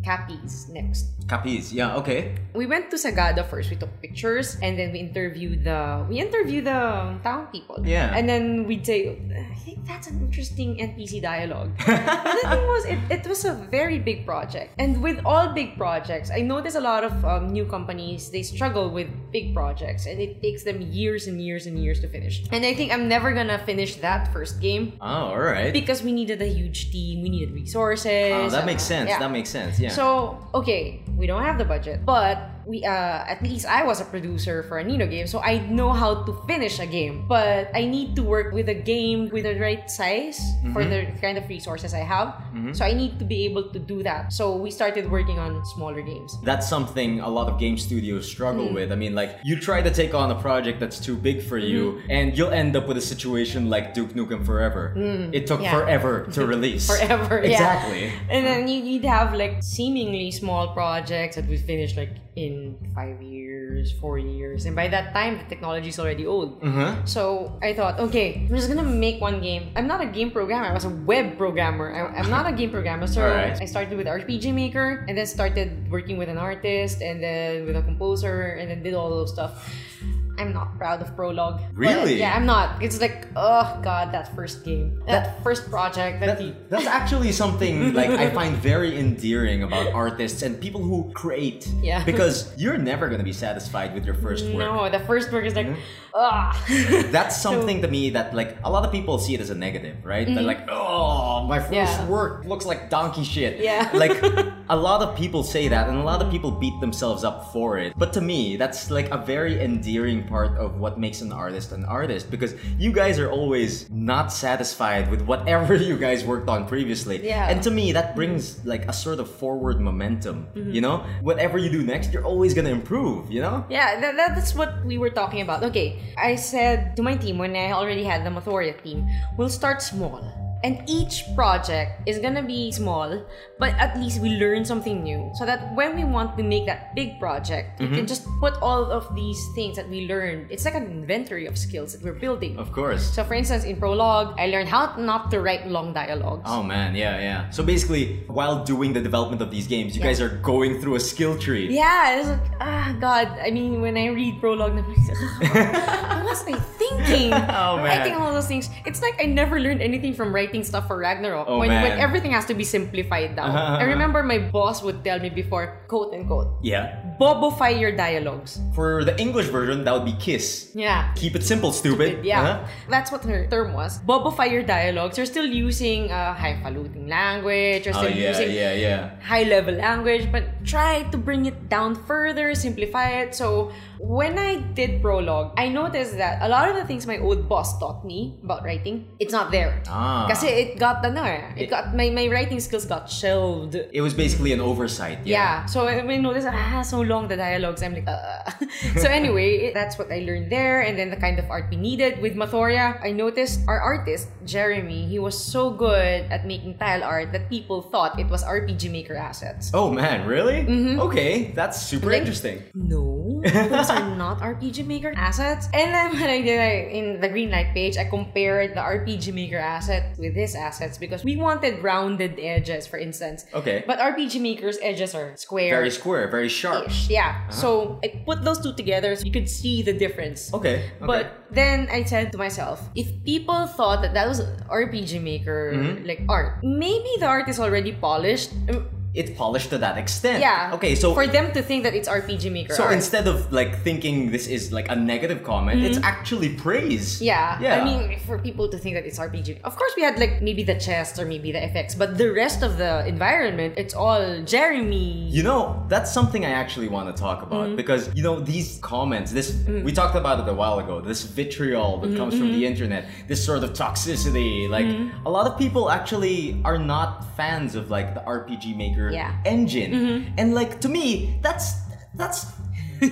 Speaker 2: Capiz next.
Speaker 1: Capiz. Yeah, okay.
Speaker 2: we went to Sagada first. We took pictures and then we interviewed the we interviewed the town people.
Speaker 1: Yeah.
Speaker 2: And then we'd say, I think that's an interesting NPC dialogue. But the thing was, it, it was a very big project. And with all big projects, I notice a lot of um, new companies, they struggle with big projects and it takes them years and years and years to finish. And I think I'm never gonna finish that first game
Speaker 1: Oh, all right.
Speaker 2: because we needed a huge team, we needed resources.
Speaker 1: Oh, that
Speaker 2: and,
Speaker 1: makes
Speaker 2: uh,
Speaker 1: sense.
Speaker 2: yeah.
Speaker 1: That makes sense. Yeah.
Speaker 2: So okay, we don't have the budget, but we uh, at least I was a producer for a Nino game, so I know how to finish a game. But I need to work with a game with the right size for
Speaker 1: Mm-hmm.
Speaker 2: the kind of resources I have. So I need to be able to do that. So we started working on smaller games.
Speaker 1: that's something a lot of game studios
Speaker 2: Hmm.
Speaker 1: struggle with. I mean, like, you try to take on a project that's too big for you,
Speaker 2: Mm-hmm.
Speaker 1: and you'll end up with a situation like Duke Nukem Forever. It took
Speaker 2: Hmm. yeah.
Speaker 1: forever to release.
Speaker 2: Forever, yeah.
Speaker 1: Exactly.
Speaker 2: And then you- you'd have like seemingly small projects that we finish like in five years, four years, and by that time the technology is already old.
Speaker 1: Mhm.
Speaker 2: So I thought, okay, I'm just gonna make one game. I'm not a game programmer. I was a web programmer. I, am not a game programmer. So
Speaker 1: Alright.
Speaker 2: I started with RPG Maker, and then started working with an artist, and then with a composer, and then did all those stuff. I'm not proud of Prologue. But,
Speaker 1: Really?
Speaker 2: yeah, I'm not. It's like, oh god, that first game, that, first project, that, the-
Speaker 1: That- that's actually something like I find very endearing about artists and people who create.
Speaker 2: Yeah.
Speaker 1: Because you're never gonna be satisfied with your first work. Mm-hmm.
Speaker 2: No, the first book is like, ah.
Speaker 1: That's something to me that like a lot of people see it as a negative, right? They're like, oh, oh, my first
Speaker 2: Mm-hmm. Yeah.
Speaker 1: work looks like donkey shit.
Speaker 2: Yeah. Mm-hmm.
Speaker 1: like a lot of people say that, and a lot of people beat themselves up for it. But to me, that's like a very endearing part of what makes an artist an artist because you guys are always not satisfied with whatever you guys worked on previously.
Speaker 2: Yeah.
Speaker 1: And to me, that brings like a sort of forward momentum. You know, whatever you do next, you're always gonna improve. You know.
Speaker 2: Mm-hmm. Yeah, that, that's what we were talking about. Okay, I said to my team when I already had the Motoria team, we'll start small. And each project is gonna be small, but at least we learn something new. So that when we want to make that big project, we can just put all of these things that we learned. It's like an inventory of skills that we're building.
Speaker 1: Of course.
Speaker 2: So, for instance, in Prologue, I learned how not to write long dialogues.
Speaker 1: Oh man, yeah, yeah. So basically, while doing the development of these games, you guys are going through a skill tree.
Speaker 2: Yeah, it's like, ah, God. I mean, when I read prologue, I'm like, what was I thinking?
Speaker 1: Oh, man.
Speaker 2: Writing all those things. It's like I never learned anything from writing stuff for Ragnarok.
Speaker 1: Oh,
Speaker 2: when, when
Speaker 1: man. Uh-huh,
Speaker 2: everything has to be simplified down. I remember my boss would tell me before, quote unquote,
Speaker 1: Yeah.
Speaker 2: bobofy your dialogues.
Speaker 1: For the English version, that would be kiss.
Speaker 2: Yeah.
Speaker 1: Keep it simple, stupid.
Speaker 2: Yeah.
Speaker 1: Uh-huh.
Speaker 2: That's what her term was. Bobofy your dialogues. You're still using uh, highfalutin language. You're
Speaker 1: Oh
Speaker 2: still
Speaker 1: yeah,
Speaker 2: using
Speaker 1: yeah, yeah.
Speaker 2: high level language, but try to bring it down further, simplify it. So when I did prologue, I noticed that a lot of the things my old boss taught me about writing, it's not there.
Speaker 1: Ah.
Speaker 2: Kasi it got ano eh, It,
Speaker 1: It-
Speaker 2: got my, my writing skills got shelved.
Speaker 1: It was basically an oversight. Yeah.
Speaker 2: Yeah. So when I noticed, ah, so long the dialogues. I'm like, uh. so anyway, it- that's what I learned there, and then the kind of art we needed with Mathoria. I noticed our artist Jeremy. He was so good at making tile art that people thought it was RPG Maker assets.
Speaker 1: Oh man, really?
Speaker 2: Mm-hmm.
Speaker 1: Okay, that's super interesting.
Speaker 2: No, those are not RPG Maker assets. And then when I did I, in the green light page, I compared the RPG Maker assets with his assets because we wanted rounded edges, for instance.
Speaker 1: Okay.
Speaker 2: But RPG Maker's edges are square.
Speaker 1: Very Uh-huh. square, very sharp.
Speaker 2: ish. Yeah. So I put those two together so you could see the difference.
Speaker 1: Okay. okay.
Speaker 2: But then I said to myself, if people thought that that was RPG Maker
Speaker 1: Mm-hmm.
Speaker 2: like art, maybe the art is already polished. Um,
Speaker 1: it's polished to that extent.
Speaker 2: Yeah.
Speaker 1: Okay, so
Speaker 2: for them to think that it's RPG Maker
Speaker 1: so
Speaker 2: art.
Speaker 1: instead of like thinking this is like a negative comment, it's actually praise.
Speaker 2: Mm-hmm. Yeah.
Speaker 1: Yeah.
Speaker 2: I mean, for people to think that it's RPG. Of course, we had like maybe the chest or maybe the effects, but the rest of the environment, it's all Jeremy.
Speaker 1: You know, that's something I actually want to talk
Speaker 2: Mm-hmm.
Speaker 1: about because you know these comments. This
Speaker 2: Mm.
Speaker 1: we talked about it a while ago. This vitriol
Speaker 2: Mm-hmm,
Speaker 1: that comes from the internet. This sort of toxicity. Like
Speaker 2: Mm-hmm.
Speaker 1: a lot of people actually are not fans of like the RPG Maker
Speaker 2: Yeah. Mm-hmm.
Speaker 1: engine. And like to me, that's that's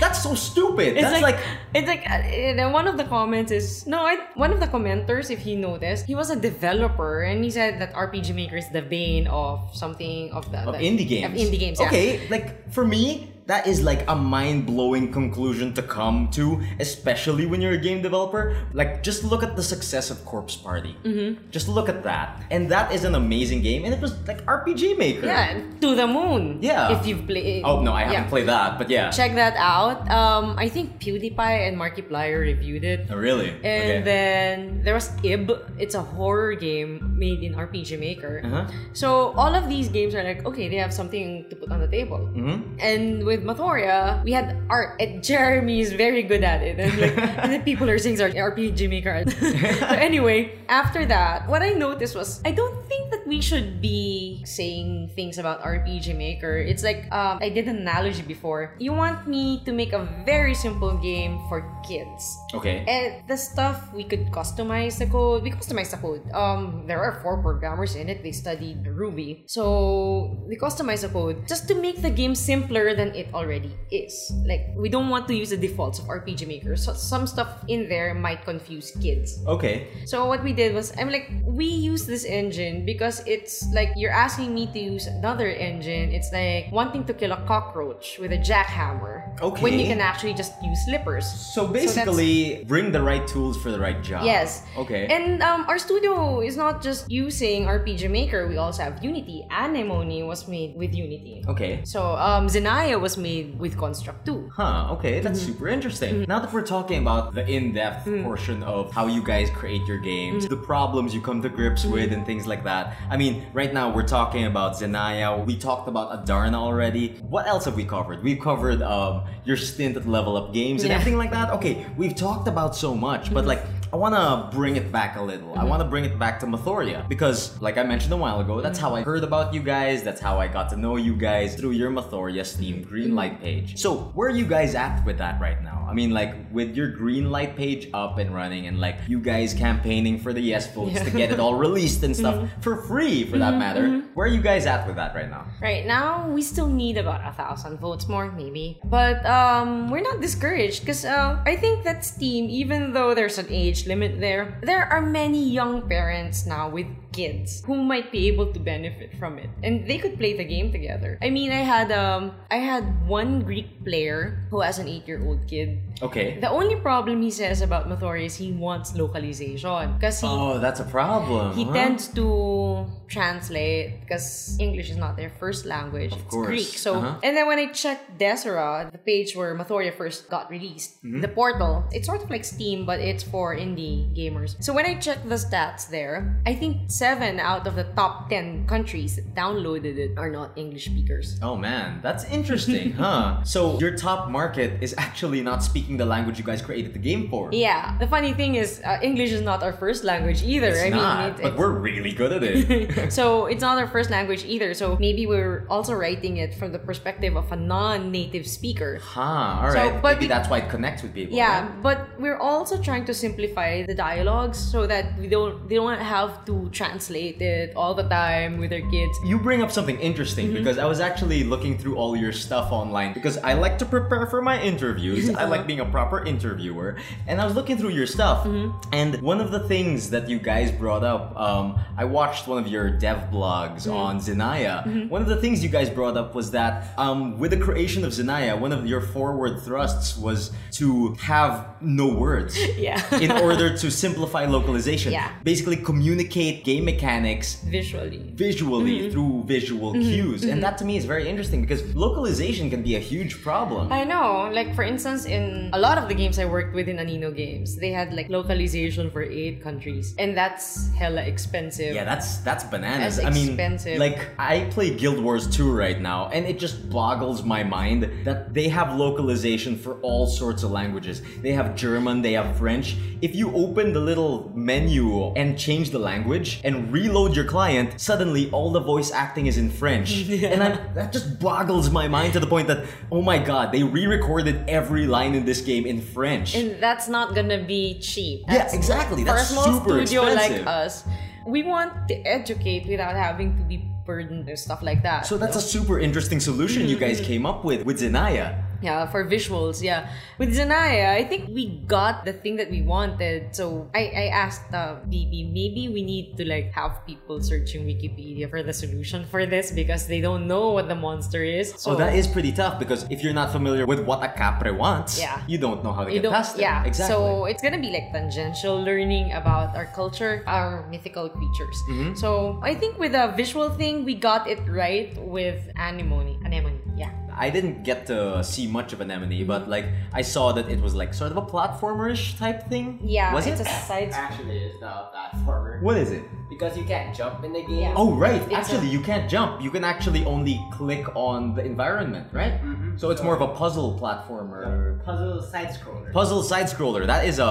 Speaker 1: that's so stupid.
Speaker 2: It's
Speaker 1: that's
Speaker 2: like,
Speaker 1: like
Speaker 2: it's like uh, and then one of the comments is no I, one of the commenters if he noticed he was a developer and he said that RPG Maker is the bane of something of the,
Speaker 1: of
Speaker 2: the-
Speaker 1: indie games.
Speaker 2: of indie games yeah.
Speaker 1: Okay, like for me, that is like a mind-blowing conclusion to come to, especially when you're a game developer. Like just look at the success of Corpse Party. Mm-hmm. Just look at that, and that is an amazing game, and it was like RPG Maker.
Speaker 2: yeah to the moon
Speaker 1: Yeah.
Speaker 2: if you've played
Speaker 1: Oh no, I haven't
Speaker 2: yeah.
Speaker 1: played that, but yeah.
Speaker 2: check that out um I think PewDiePie and Markiplier reviewed it
Speaker 1: Oh, really?
Speaker 2: And
Speaker 1: okay.
Speaker 2: then there was Ib. It's a horror game made in RPG Maker.
Speaker 1: Uh-huh.
Speaker 2: So all of these games are like, okay, they have something to put on the table. Mm-hmm. And with Mathoria, we had art, and Jeremy is very good at it. And, like, and then people are saying, "Sorry, RPG Maker." art." so anyway, after that, what I noticed was I don't think that we should be saying things about RPG Maker. It's like um, I did an analogy before. You want me to make a very simple game for kids.
Speaker 1: okay.
Speaker 2: And the stuff we could customize the code. We customized the code. Um, there are four programmers in it. They studied Ruby, so we customized the code just to make the game simpler than it already is. Like we don't want to use the defaults of RPG Maker. So some stuff in there might confuse kids.
Speaker 1: okay.
Speaker 2: So what we did was, I'm like, we use this engine because it's like you're asking me to use another engine. It's like wanting to kill a cockroach with a jackhammer. When you
Speaker 1: Okay.
Speaker 2: can actually just use slippers.
Speaker 1: So
Speaker 2: that's-
Speaker 1: basically, bring the right tools for the right job.
Speaker 2: Yes.
Speaker 1: Ah, Okay.
Speaker 2: And um, our studio is not just using RPG Maker. We also have Unity. Anemone was made with Unity.
Speaker 1: okay.
Speaker 2: So um, Zenia was made with Construct 2.
Speaker 1: Huh, okay, that's super interesting. Now that we're talking about the in depth portion of how you guys create your games, the problems you come to grips with, and things like that. I mean, right now we're talking about Zenaya, we talked about Adarna already. What else have we covered? We've covered um, your stint at Level Up Games and
Speaker 2: Yeah.
Speaker 1: everything like that. Okay, we've talked about so much, but like, I want to bring it back a little. I want to bring it back to Mathoria because, like I mentioned a while ago, that's how I heard about you guys. That's how I got to know you guys through your Mathoria Steam green light page. So, where are you guys at with that right now? I mean, like with your green light page up and running, and like you guys campaigning for the yes votes to get it all released and stuff for free, for that matter. Where are you guys at with that right now?
Speaker 2: Right now, we still need about a thousand votes more, maybe. But um, we're not discouraged because uh, I think that Steam, even though there's an age limit there, there are many young parents now with kids who might be able to benefit from it, and they could play the game together. I mean, I had um, I had one Greek player who has an eight-year-old kid.
Speaker 1: Okay.
Speaker 2: The only problem he says about Mathori is he wants localization because he
Speaker 1: Oh, that's a problem.
Speaker 2: he
Speaker 1: huh?
Speaker 2: tends to translate because English is not their first language. Of
Speaker 1: course.
Speaker 2: It's Greek. So,
Speaker 1: Uh-huh.
Speaker 2: and then when I checked Desera, the page where Mathoria first got released,
Speaker 1: Mm-hmm.
Speaker 2: the portal, it's sort of like Steam, but it's for indie gamers. So when I checked the stats there, I think seven out of the top 10 countries that downloaded it are not English speakers.
Speaker 1: Oh man, that's interesting, huh? So your top market is actually not speaking the language you guys created the game for.
Speaker 2: Yeah. The funny thing is, uh, English is not our first language either.
Speaker 1: It's
Speaker 2: I
Speaker 1: not,
Speaker 2: mean, it-
Speaker 1: but
Speaker 2: it's-
Speaker 1: we're really good at it.
Speaker 2: so it's not our first language either. So maybe we're also writing it from the perspective of a non-native speaker.
Speaker 1: huh, all right.
Speaker 2: but
Speaker 1: Maybe
Speaker 2: we-
Speaker 1: that's why it connects with people.
Speaker 2: Yeah,
Speaker 1: right?
Speaker 2: but we're also trying to simplify the dialogues so that we don't they don't have to translate it all the time with their kids.
Speaker 1: You bring up something interesting
Speaker 2: Mm-hmm.
Speaker 1: because I was actually looking through all your stuff online because I like to prepare for my interviews. I like being a proper interviewer. And I was looking through your stuff.
Speaker 2: Mm-hmm.
Speaker 1: And one of the things that you guys brought up, um, I watched one of your dev
Speaker 2: Mm-hmm.
Speaker 1: blogs on Zenaya. One of the things you guys brought up was that um, with the creation of Zenaya, one of your forward thrusts was to have no words
Speaker 2: Yeah.
Speaker 1: in order to simplify localization.
Speaker 2: Yeah.
Speaker 1: Basically, communicate game mechanics
Speaker 2: Visually.
Speaker 1: visually through visual cues and that to me is very interesting because localization can be a huge problem
Speaker 2: I know, like for instance, in a lot of the games I worked with in Anino Games, they had like localization for eight countries, and that's hella expensive.
Speaker 1: yeah that's that's bananas
Speaker 2: That's
Speaker 1: i mean
Speaker 2: expensive.
Speaker 1: like i play guild wars 2 right now and it just boggles my mind that they have localization for all sorts of languages they have german they have french if you open the little menu and change the language and reload your client suddenly all the voice acting is in french and i that just boggles my mind to the point that oh my god they re-recorded every line in this game in french
Speaker 2: And that's not gonna be cheap.
Speaker 1: yeah exactly
Speaker 2: for a
Speaker 1: that's
Speaker 2: small
Speaker 1: super
Speaker 2: studio
Speaker 1: expensive
Speaker 2: like us, we want to educate without having to be burdened with stuff like that.
Speaker 1: So that's a super interesting solution you
Speaker 2: Mm-hmm.
Speaker 1: guys came up with with Zenaya.
Speaker 2: yeah, for visuals, yeah. With Zanaya, I think we got the thing that we wanted. So I, I asked uh, BB, maybe we need to like have people searching Wikipedia for the solution for this because they don't know what the monster is. So
Speaker 1: So Oh, that is pretty tough because if you're not familiar with what a capre wants,
Speaker 2: Yeah.
Speaker 1: you don't know how to
Speaker 2: you
Speaker 1: get
Speaker 2: don't,
Speaker 1: past it.
Speaker 2: yeah,
Speaker 1: exactly.
Speaker 2: So it's gonna be like tangential learning about our culture, our mythical creatures.
Speaker 1: Mm-hmm.
Speaker 2: So I think with a visual thing, we got it right with anemone. Anemone, yeah.
Speaker 1: I didn't get to see much of anemone, E, but like I saw that it was like sort of a platformerish type thing.
Speaker 2: Yeah,
Speaker 1: was
Speaker 2: it's
Speaker 1: it?
Speaker 2: a side.
Speaker 4: Actually, it's not that forward.
Speaker 1: what is it?
Speaker 4: Because you can't jump in the game.
Speaker 2: Yeah.
Speaker 1: Oh right,
Speaker 2: It's a-
Speaker 1: actually you can't jump. You can actually only click on the environment, right? So it's more of a puzzle platformer.
Speaker 4: Mm-hmm. Puzzle side scroller.
Speaker 1: Puzzle side scroller. That is a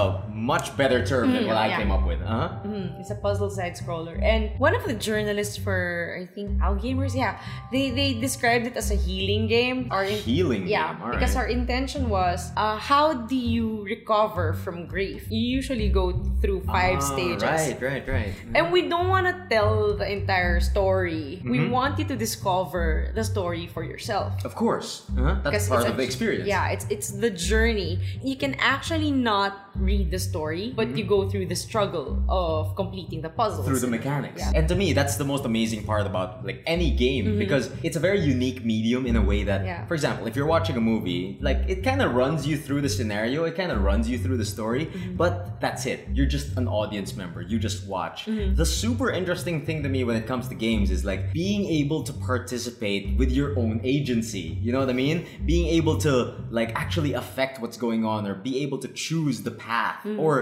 Speaker 1: much better term than what I
Speaker 2: Mm, yeah.
Speaker 1: came up with. Uh-huh.
Speaker 2: Mhm, it's a puzzle side scroller, and one of the journalists for I think How Gamers, yeah, they they described it as a healing game or in-
Speaker 1: Healing.
Speaker 2: Yeah,
Speaker 1: game, all
Speaker 2: because
Speaker 1: right.
Speaker 2: our intention was uh, how do you recover from grief? You usually go through five
Speaker 1: Ah,
Speaker 2: stages.
Speaker 1: Right, right, right.
Speaker 2: And we don't want to tell the entire story.
Speaker 1: Mm-hmm.
Speaker 2: We want you to discover the story for yourself.
Speaker 1: Of course. Uh-huh. That's
Speaker 2: Because
Speaker 1: part
Speaker 2: it's
Speaker 1: of
Speaker 2: a-
Speaker 1: the experience.
Speaker 2: Yeah, it's it's the journey. You can actually not read the story, but you go through the struggle of completing the puzzles.
Speaker 1: Mm-hmm. Through the mechanics.
Speaker 2: Yeah. Mm-hmm.
Speaker 1: And to me, that's the most amazing part about like any game because it's a very unique medium in a way that,
Speaker 2: Yeah.
Speaker 1: for example, if you're watching a movie, like it kind of runs you through the scenario, it kind
Speaker 2: Mm-hmm.
Speaker 1: of
Speaker 2: Mm-hmm.
Speaker 1: runs you through the story, but that's it. You're just an audience member. You just watch. The super interesting thing to me when it comes to games is like being able to participate with your own agency. You know what I mean? Being able to like actually affect what's going on or be able to choose the path.
Speaker 2: Mm-hmm.
Speaker 1: Or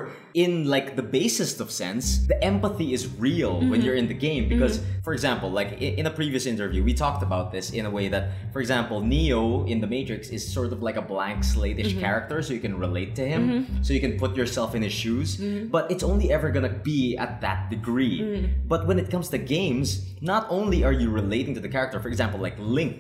Speaker 1: in like the basest of sense, the empathy is real when you're in the game because, for example, like i- in a previous interview, we talked about this in a way that, for example, Neo in The Matrix is sort of like a blank slate-ish character, so you can relate to him, so you can put yourself in his shoes. But it's only ever gonna be at that degree. But when it comes to games, not only are you relating to the character, for example, like Link,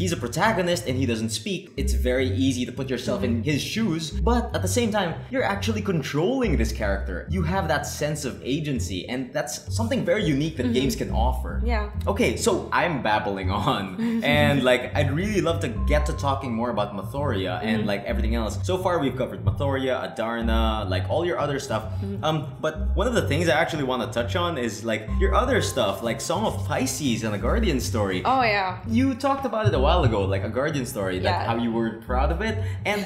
Speaker 1: he's a protagonist and he doesn't speak. It's very easy to put yourself in his shoes, but at the same time, you're actually controlling this character. You have that sense of agency, and that's something very unique that games can offer.
Speaker 2: Yeah.
Speaker 1: Okay, so I'm babbling on, and like I'd really love to get to talking more about Mathoria
Speaker 2: Mm-hmm.
Speaker 1: and like everything else. So far, we've covered Mathoria, Adarna, like all your other stuff.
Speaker 2: Mm-hmm.
Speaker 1: Um, but one of the things I actually want to touch on is like your other stuff, like Song of Pisces and a Guardian story.
Speaker 2: Oh yeah.
Speaker 1: You talked about it a while ago, like a Guardian story, like
Speaker 2: Yeah.
Speaker 1: how you were proud of it, and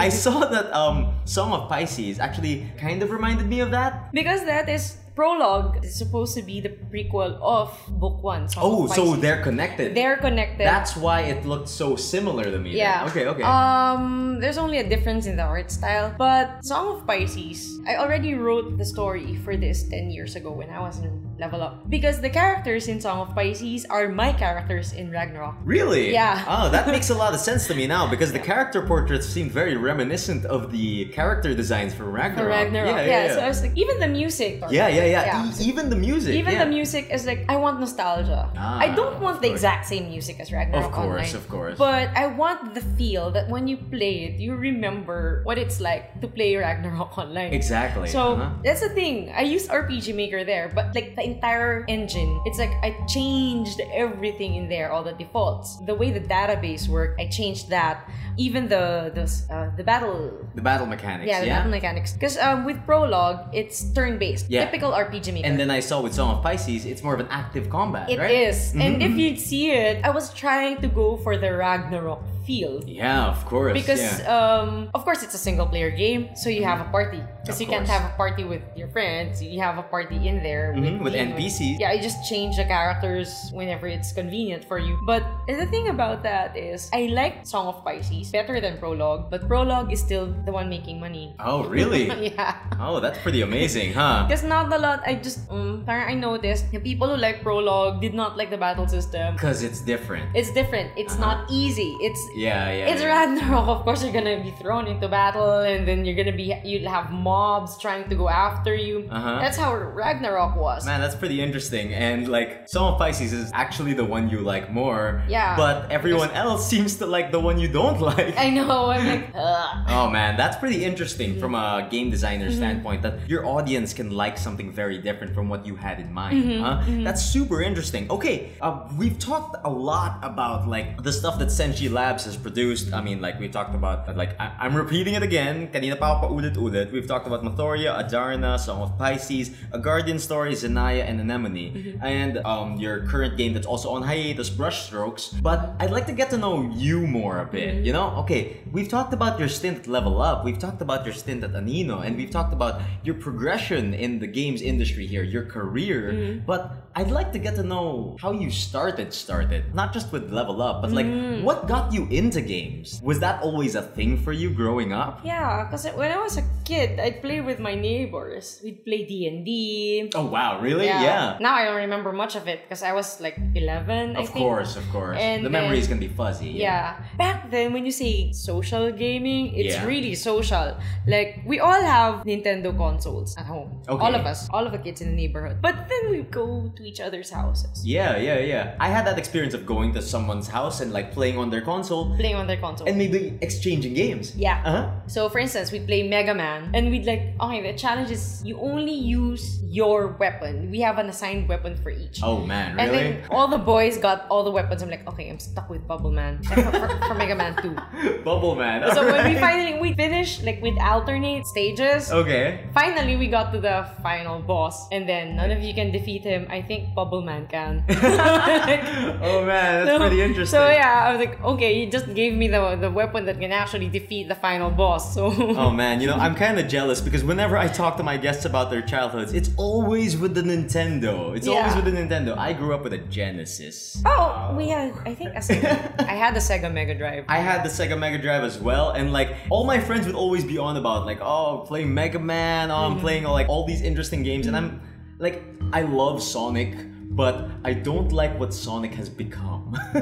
Speaker 1: I I saw that um, Song of Pisces actually kind of reminded me of that.
Speaker 2: Because that is prologue is supposed to be the prequel of book one. Song
Speaker 1: Oh,
Speaker 2: of
Speaker 1: so
Speaker 2: Pisces.
Speaker 1: they're connected.
Speaker 2: they're connected.
Speaker 1: That's why it looked so similar to me. then.
Speaker 2: yeah.
Speaker 1: Okay, okay.
Speaker 2: Um, there's only a difference in the art style, but Song of Pisces. I already wrote the story for this ten years ago when I was in Level Up because the characters in Song of Pisces are my characters in Ragnarok.
Speaker 1: really?
Speaker 2: yeah.
Speaker 1: Oh, that makes a lot of sense to me now because the character portraits seem very reminiscent of the character designs for Ragnarok.
Speaker 2: For Ragnarok.
Speaker 1: Yeah, yeah, yeah.
Speaker 2: So I was like, even the music.
Speaker 1: yeah, yeah, yeah.
Speaker 2: Yeah.
Speaker 1: E- even the music.
Speaker 2: Even
Speaker 1: yeah.
Speaker 2: the music is like I want nostalgia.
Speaker 1: Ah,
Speaker 2: I don't want the
Speaker 1: of course.
Speaker 2: exact same music as Ragnarok
Speaker 1: Of course,
Speaker 2: Online,
Speaker 1: of course.
Speaker 2: But I want the feel that when you play it, you remember what it's like to play Ragnarok Online.
Speaker 1: Exactly.
Speaker 2: So
Speaker 1: uh-huh.
Speaker 2: that's the thing. I used RPG Maker there, but like the entire engine, it's like I changed everything in there, all the defaults, the way the database worked. I changed that. Even the the uh, the battle
Speaker 1: the battle mechanics.
Speaker 2: yeah, the battle mechanics. Because um, with Prologue, it's turn based.
Speaker 1: Yeah.
Speaker 2: Typical RPG maker.
Speaker 1: And then I saw with Song of Pisces, it's more of an active combat,
Speaker 2: It
Speaker 1: right? Mm-hmm.
Speaker 2: is. And if you see it, I was trying to go for the Ragnarok feel.
Speaker 1: Yeah, of course.
Speaker 2: Because,
Speaker 1: yeah.
Speaker 2: um, of course, it's a single player game, so you have a party.
Speaker 1: Mm-hmm. Of
Speaker 2: Because you can't
Speaker 1: course.
Speaker 2: have a party with your friends, you have a party in there
Speaker 1: Mhm, with
Speaker 2: demons.
Speaker 1: NPCs.
Speaker 2: Yeah, you just change the characters whenever it's convenient for you. But the thing about that is, I like Song of Pisces better than Prologue, but Prologue is still the one making money.
Speaker 1: oh, really?
Speaker 2: yeah.
Speaker 1: oh, that's pretty amazing, huh?
Speaker 2: Because not a lot, I just, um, parang I noticed the people who like Prologue did not like the battle system.
Speaker 1: Because it's different.
Speaker 2: It's different. It's not easy. It's
Speaker 1: yeah, Uh-huh. yeah.
Speaker 2: it's
Speaker 1: yeah.
Speaker 2: Ragnarok. Of course, you're gonna be thrown into battle, and then you're gonna be you'll have mobs trying to go after you.
Speaker 1: Uh-huh.
Speaker 2: That's how Ragnarok was.
Speaker 1: Man, that's pretty interesting. And like, Song of Pisces is actually the one you like more.
Speaker 2: Yeah.
Speaker 1: But everyone else seems to like the one you don't like.
Speaker 2: I know. I'm like, Ugh.
Speaker 1: Oh man, that's pretty interesting from a game designer standpoint that your audience can like something very different from what you had in mind. Huh? That's super interesting. Okay, uh, we've talked a lot about like the stuff that Senshi Labs has produced. I mean, like we talked about uh, like I- I'm repeating it again. Kanina pa ako paulit-ulit. We've talked about Mathoria, Adarna, Song of Pisces, A Guardian Story, Zenaya, and Anemone, and um, your current game that's also on hiatus, Brushstrokes. But I'd like to get to know you more a bit.
Speaker 2: Mm-hmm.
Speaker 1: You know, okay, we've talked about your stint at Level Up, we've talked about your stint at Anino, and we've talked about your progression in the games industry here, your career.
Speaker 2: Mm-hmm.
Speaker 1: But I'd like to get to know how you started, started, not just with Level Up, but like
Speaker 2: Mm-hmm.
Speaker 1: what got you into games? Was that always a thing for you growing up?
Speaker 2: yeah. Because when I was a kid, I'd play with my neighbors. We'd play D and D.
Speaker 1: Oh wow, really?
Speaker 2: Now I don't remember much of it because I was like 11. I
Speaker 1: Of
Speaker 2: think.
Speaker 1: course, of course.
Speaker 2: And
Speaker 1: the memories
Speaker 2: then-
Speaker 1: can be fuzzy.
Speaker 2: Yeah. Back then, when you say social gaming, it's
Speaker 1: Yeah.
Speaker 2: really social. Like, we all have Nintendo consoles at home.
Speaker 1: Okay.
Speaker 2: All of us. All of the kids in the neighborhood. But then we go to each other's houses.
Speaker 1: Yeah, yeah, yeah. I had that experience of going to someone's house and like playing on their console
Speaker 2: Playing on their console.
Speaker 1: and maybe exchanging games.
Speaker 2: yeah.
Speaker 1: Uh-huh.
Speaker 2: So, for instance, we play Mega Man, and we'd like, okay, the challenge is you only use your weapon. We have an assigned weapon for each.
Speaker 1: Oh man, really?
Speaker 2: And then all the boys got all the weapons. I'm like, okay, I'm stuck with Bubble Man for, for- for Mega Man 2.
Speaker 1: Bubble man.
Speaker 2: So when we
Speaker 1: alright.
Speaker 2: finally we finish like with alternate stages,
Speaker 1: Okay.
Speaker 2: Finally, we got to the final boss, and then none of you can defeat him. I think Bubble Man can.
Speaker 1: oh man, that's
Speaker 2: So-
Speaker 1: pretty interesting.
Speaker 2: So yeah, I was like, okay, you just gave me the the weapon that can actually defeat the final boss. So
Speaker 1: Oh man, you know, I'm kind of jealous because whenever I talk to my guests about their childhoods, it's always with the Nintendo. It's always
Speaker 2: Yeah.
Speaker 1: with the Nintendo. I grew up with a Genesis.
Speaker 2: Oh, we had I think a Sega. I had the Sega Mega Drive.
Speaker 1: I had the Sega Mega Drive as well, and like all my friends would always be on about like, oh, I'm playing Mega Man, oh,
Speaker 2: Mm-hmm.
Speaker 1: I'm playing like all these interesting games, and I'm like, I love Sonic, but I don't like what Sonic has become.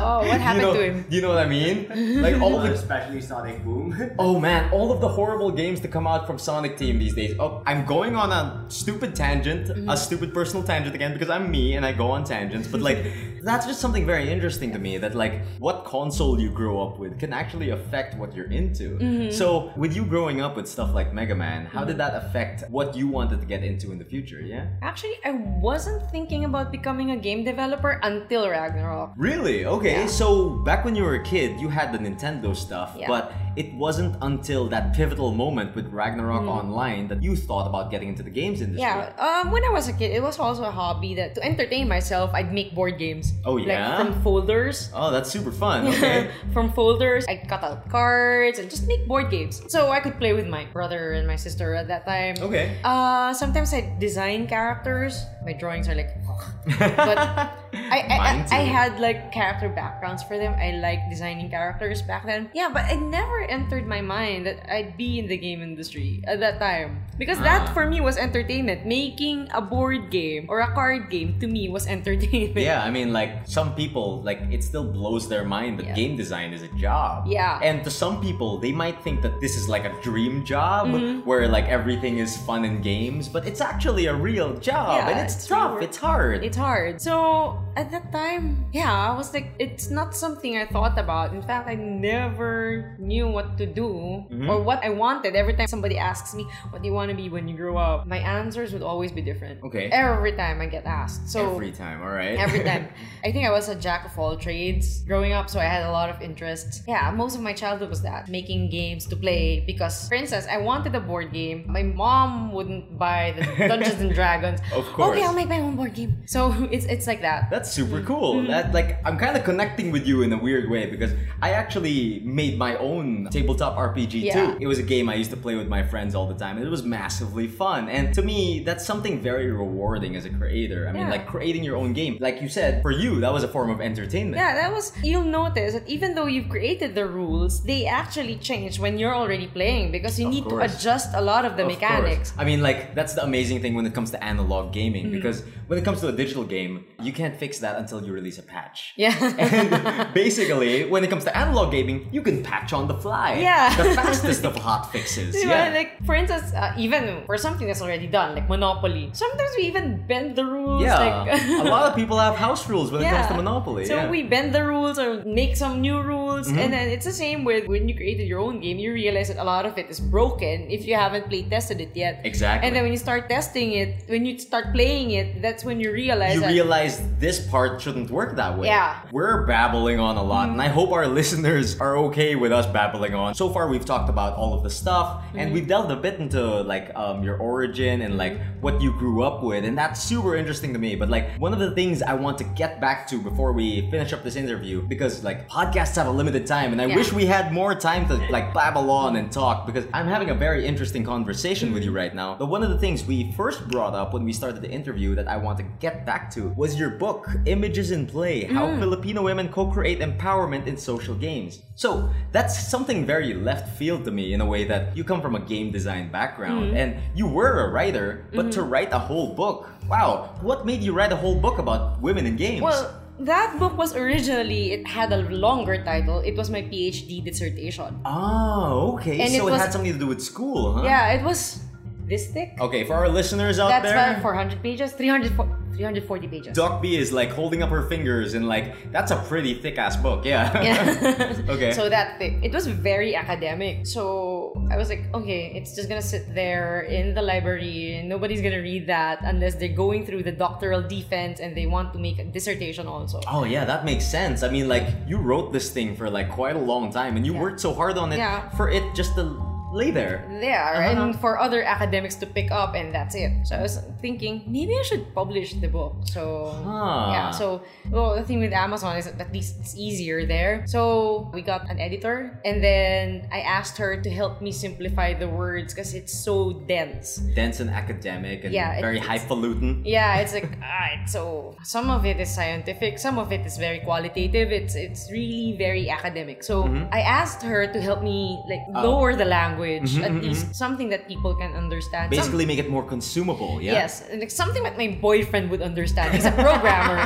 Speaker 2: Oh, what happened
Speaker 1: you know,
Speaker 2: to him?
Speaker 1: You know what I mean? Like all the
Speaker 4: especially Sonic Boom.
Speaker 1: Oh man, all of the horrible games that come out from Sonic Team these days. Oh, I'm going on a stupid tangent, a stupid personal tangent again because I'm me and I go on tangents, but like that's just something very interesting to me that like what console you grow up with can actually affect what you're into. So, with you growing up with stuff like Mega Man, how did that affect what you wanted to get into in the future, yeah?
Speaker 2: Actually, I wasn't thinking about becoming a game developer until Ragnarok.
Speaker 1: Really? Okay.
Speaker 2: Yeah.
Speaker 1: So back when you were a kid, you had the Nintendo stuff,
Speaker 2: Yeah.
Speaker 1: but it wasn't until that pivotal moment with Ragnarok Online that you thought about getting into the games industry.
Speaker 2: Hmm. Yeah, um, when I was a kid, it was also a hobby that to entertain myself, I'd make board games.
Speaker 1: Oh, yeah?
Speaker 2: Like from folders.
Speaker 1: Oh, that's super fun. Okay.
Speaker 2: from folders, I'd cut out cards and just make board games. So I could play with my brother and my sister at that time.
Speaker 1: okay.
Speaker 2: Uh, sometimes I design characters. My drawings are like, but I I,
Speaker 1: Mine
Speaker 2: I, I
Speaker 1: too.
Speaker 2: had like character backgrounds for them. I like designing characters back then. Yeah, but it never entered my mind that I'd be in the game industry at that time because
Speaker 1: Ah.
Speaker 2: that for me was entertainment. Making a board game or a card game to me was entertainment.
Speaker 1: Yeah, I mean, like some people, like it still blows their mind that
Speaker 2: Yeah.
Speaker 1: game design is a job.
Speaker 2: Yeah.
Speaker 1: And to some people, they might think that this is like a dream job
Speaker 2: Mm-hmm.
Speaker 1: where like everything is fun and games, but it's actually a real job
Speaker 2: Yeah,
Speaker 1: and it's,
Speaker 2: it's
Speaker 1: tough,
Speaker 2: real-
Speaker 1: it's hard.
Speaker 2: It's hard. So at that time, yeah, I was like, it's not something I thought about. In fact, I never knew what to do
Speaker 1: Mm-hmm.
Speaker 2: or what I wanted. Every time somebody asks me, what do you want to be when you grow up? My answers would always be different.
Speaker 1: Okay.
Speaker 2: Every time I get asked. So
Speaker 1: every time, all right?
Speaker 2: every time. I think I was a jack of all trades growing up, so I had a lot of interests. Yeah, most of my childhood was that making games to play because, for instance, I wanted a board game. My mom wouldn't buy the Dungeons and Dragons.
Speaker 1: Of course.
Speaker 2: Okay, I'll make my own board game. So it's it's like that.
Speaker 1: That's super
Speaker 2: Mm.
Speaker 1: cool. That like I'm kind of connecting with you in a weird way because I actually made my own tabletop RPG
Speaker 2: Yeah.
Speaker 1: too. It was a game I used to play with my friends all the time. and It was massively fun. And to me, that's something very rewarding as a creator. I mean,
Speaker 2: Yeah.
Speaker 1: like creating your own game. Like you said, for you, that was a form of entertainment.
Speaker 2: Yeah, that was. You'll notice that even though you've created the rules, they actually change when you're already playing because you
Speaker 1: Of
Speaker 2: need
Speaker 1: course.
Speaker 2: to adjust a lot of the
Speaker 1: Of
Speaker 2: mechanics. Mm.
Speaker 1: course. I mean, like that's the amazing thing when it comes to analog gaming because when it comes to a digital game, you can't fix that until you release a patch.
Speaker 2: Yeah.
Speaker 1: and basically, when it comes to analog gaming, you can patch on the fly.
Speaker 2: Yeah.
Speaker 1: The fastest of hot fixes.
Speaker 2: Diba?
Speaker 1: yeah.
Speaker 2: Like, for instance, uh, even for something that's already done, like Monopoly, sometimes we even bend the rules.
Speaker 1: yeah.
Speaker 2: Like,
Speaker 1: a lot of people have house rules when it comes to Monopoly.
Speaker 2: So
Speaker 1: yeah. Mm-hmm.
Speaker 2: we bend the rules or make some new rules. And then it's the same with when you created your own game, you realize that a lot of it is broken if you haven't play tested it yet.
Speaker 1: Exactly.
Speaker 2: And then when you start testing it, when you start playing it, that's when you realize
Speaker 1: you
Speaker 2: that
Speaker 1: realize this part shouldn't work that way.
Speaker 2: Yeah. Mm.
Speaker 1: We're babbling on a lot, and I hope our listeners are okay with us babbling on. So far, we've talked about all of the stuff,
Speaker 2: Mm.
Speaker 1: and we've delved a bit into like um, your origin and like what you grew up with, and that's super interesting to me. But like one of the things I want to get back to before we finish up this interview, because like podcasts have a limited time, and I
Speaker 2: Yeah.
Speaker 1: wish we had more time to like babble on and talk because I'm having a very interesting conversation with you right now. But one of the things we first brought up when we started the interview that I want to get back to was your book, Images in Play How
Speaker 2: Mm.
Speaker 1: Filipino Women Co Create Empowerment in Social Games. So that's something very left field to me in a way that you come from a game design
Speaker 2: Mm.
Speaker 1: background and you were a writer, but to write a whole book, wow, what made you write a whole book about women in games?
Speaker 2: Well, that book was originally, it had a longer title. It was my PhD dissertation.
Speaker 1: oh, okay.
Speaker 2: and
Speaker 1: So it,
Speaker 2: it was-
Speaker 1: had something to do with school, huh?
Speaker 2: Yeah, it was this thick.
Speaker 1: Okay, for our listeners out
Speaker 2: That's
Speaker 1: there,
Speaker 2: about 400 pages, 300, 340 pages.
Speaker 1: Doc B is like holding up her fingers and like that's a pretty thick ass book, yeah.
Speaker 2: Yeah.
Speaker 1: okay.
Speaker 2: So that thing, it was very academic. So I was like, okay, it's just gonna sit there in the library, and nobody's gonna read that unless they're going through the doctoral defense and they want to make a dissertation also.
Speaker 1: oh yeah, that makes sense. I mean, like you wrote this thing for like quite a long time and you worked so hard on it
Speaker 2: Yeah.
Speaker 1: for it just to lay there.
Speaker 2: there
Speaker 1: Uh-huh.
Speaker 2: and for other academics to pick up and that's it so i was thinking maybe i should publish the book so
Speaker 1: Huh.
Speaker 2: yeah so well the thing with amazon is that at least it's easier there so we got an editor and then i asked her to help me simplify the words because it's so dense
Speaker 1: Dense and academic and
Speaker 2: Yeah, it-
Speaker 1: very hyperlutin.
Speaker 2: yeah it's like ah, it's so some of it is scientific some of it is very qualitative it's it's really very academic so
Speaker 1: Mm-hmm.
Speaker 2: i asked her to help me like
Speaker 1: Ah.
Speaker 2: lower the language at least something that people can understand Some-
Speaker 1: Mm-hmm, Basically, make it more consumable. Yeah.
Speaker 2: Yes, and like something that my boyfriend would understand. He's a programmer.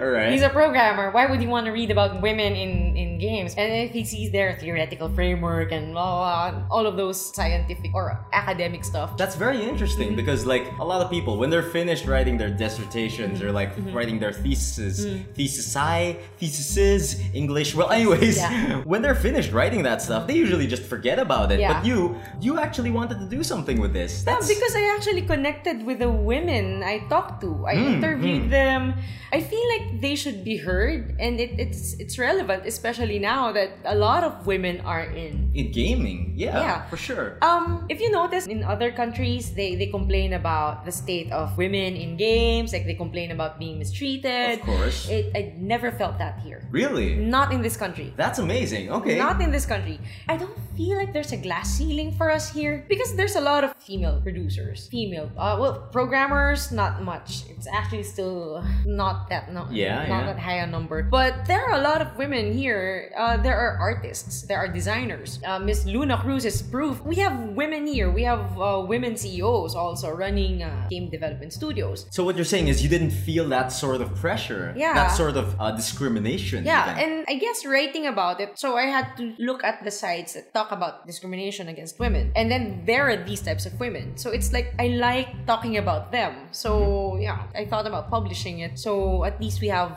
Speaker 1: All right.
Speaker 2: He's a programmer. Why would he want to read about women in, in games? And if he sees their theoretical framework and blah, blah, blah, all of those scientific or academic stuff.
Speaker 1: That's very interesting
Speaker 2: Mm-hmm.
Speaker 1: because, like, a lot of people, when they're finished writing their dissertations or like
Speaker 2: Mm-hmm.
Speaker 1: writing their theses, thesisi, theses, English. Well, anyways,
Speaker 2: Yeah.
Speaker 1: when they're finished writing that stuff, they usually just forget about it.
Speaker 2: Yeah.
Speaker 1: But you, you actually wanted to do something with this.
Speaker 2: Yeah,
Speaker 1: That's
Speaker 2: because I actually connected with the women I talked to. I interviewed them. I feel like they should be heard, and it, it's it's relevant, especially now that a lot of women are in
Speaker 1: in gaming. Yeah,
Speaker 2: Yeah.
Speaker 1: for sure.
Speaker 2: Um, if you notice, in other countries, they, they complain about the state of women in games. Like they complain about being mistreated.
Speaker 1: Of course.
Speaker 2: it, I never felt that here.
Speaker 1: really,
Speaker 2: Not in this country.
Speaker 1: that's amazing. Okay.
Speaker 2: Not in this country. I don't feel like there's a glass ceiling for us here because there's a lot of female producers, female, uh, well, programmers. Not much. It's actually still not that no,
Speaker 1: Yeah, yeah.
Speaker 2: not that high a number. But there are a lot of women here. Uh, there are artists. There are designers. Uh, Miss Luna Cruz is proof. We have women here. We have uh, women CEOs also running uh, game development studios.
Speaker 1: so what you're saying is you didn't feel that sort of pressure,
Speaker 2: Yeah.
Speaker 1: that sort of uh, discrimination.
Speaker 2: Yeah,
Speaker 1: even.
Speaker 2: and I guess writing about it, so I had to look at the sites that talk about discrimination against women. And then there are these types of women. So it's like I like talking about them. So yeah, I thought about publishing it. So at least we have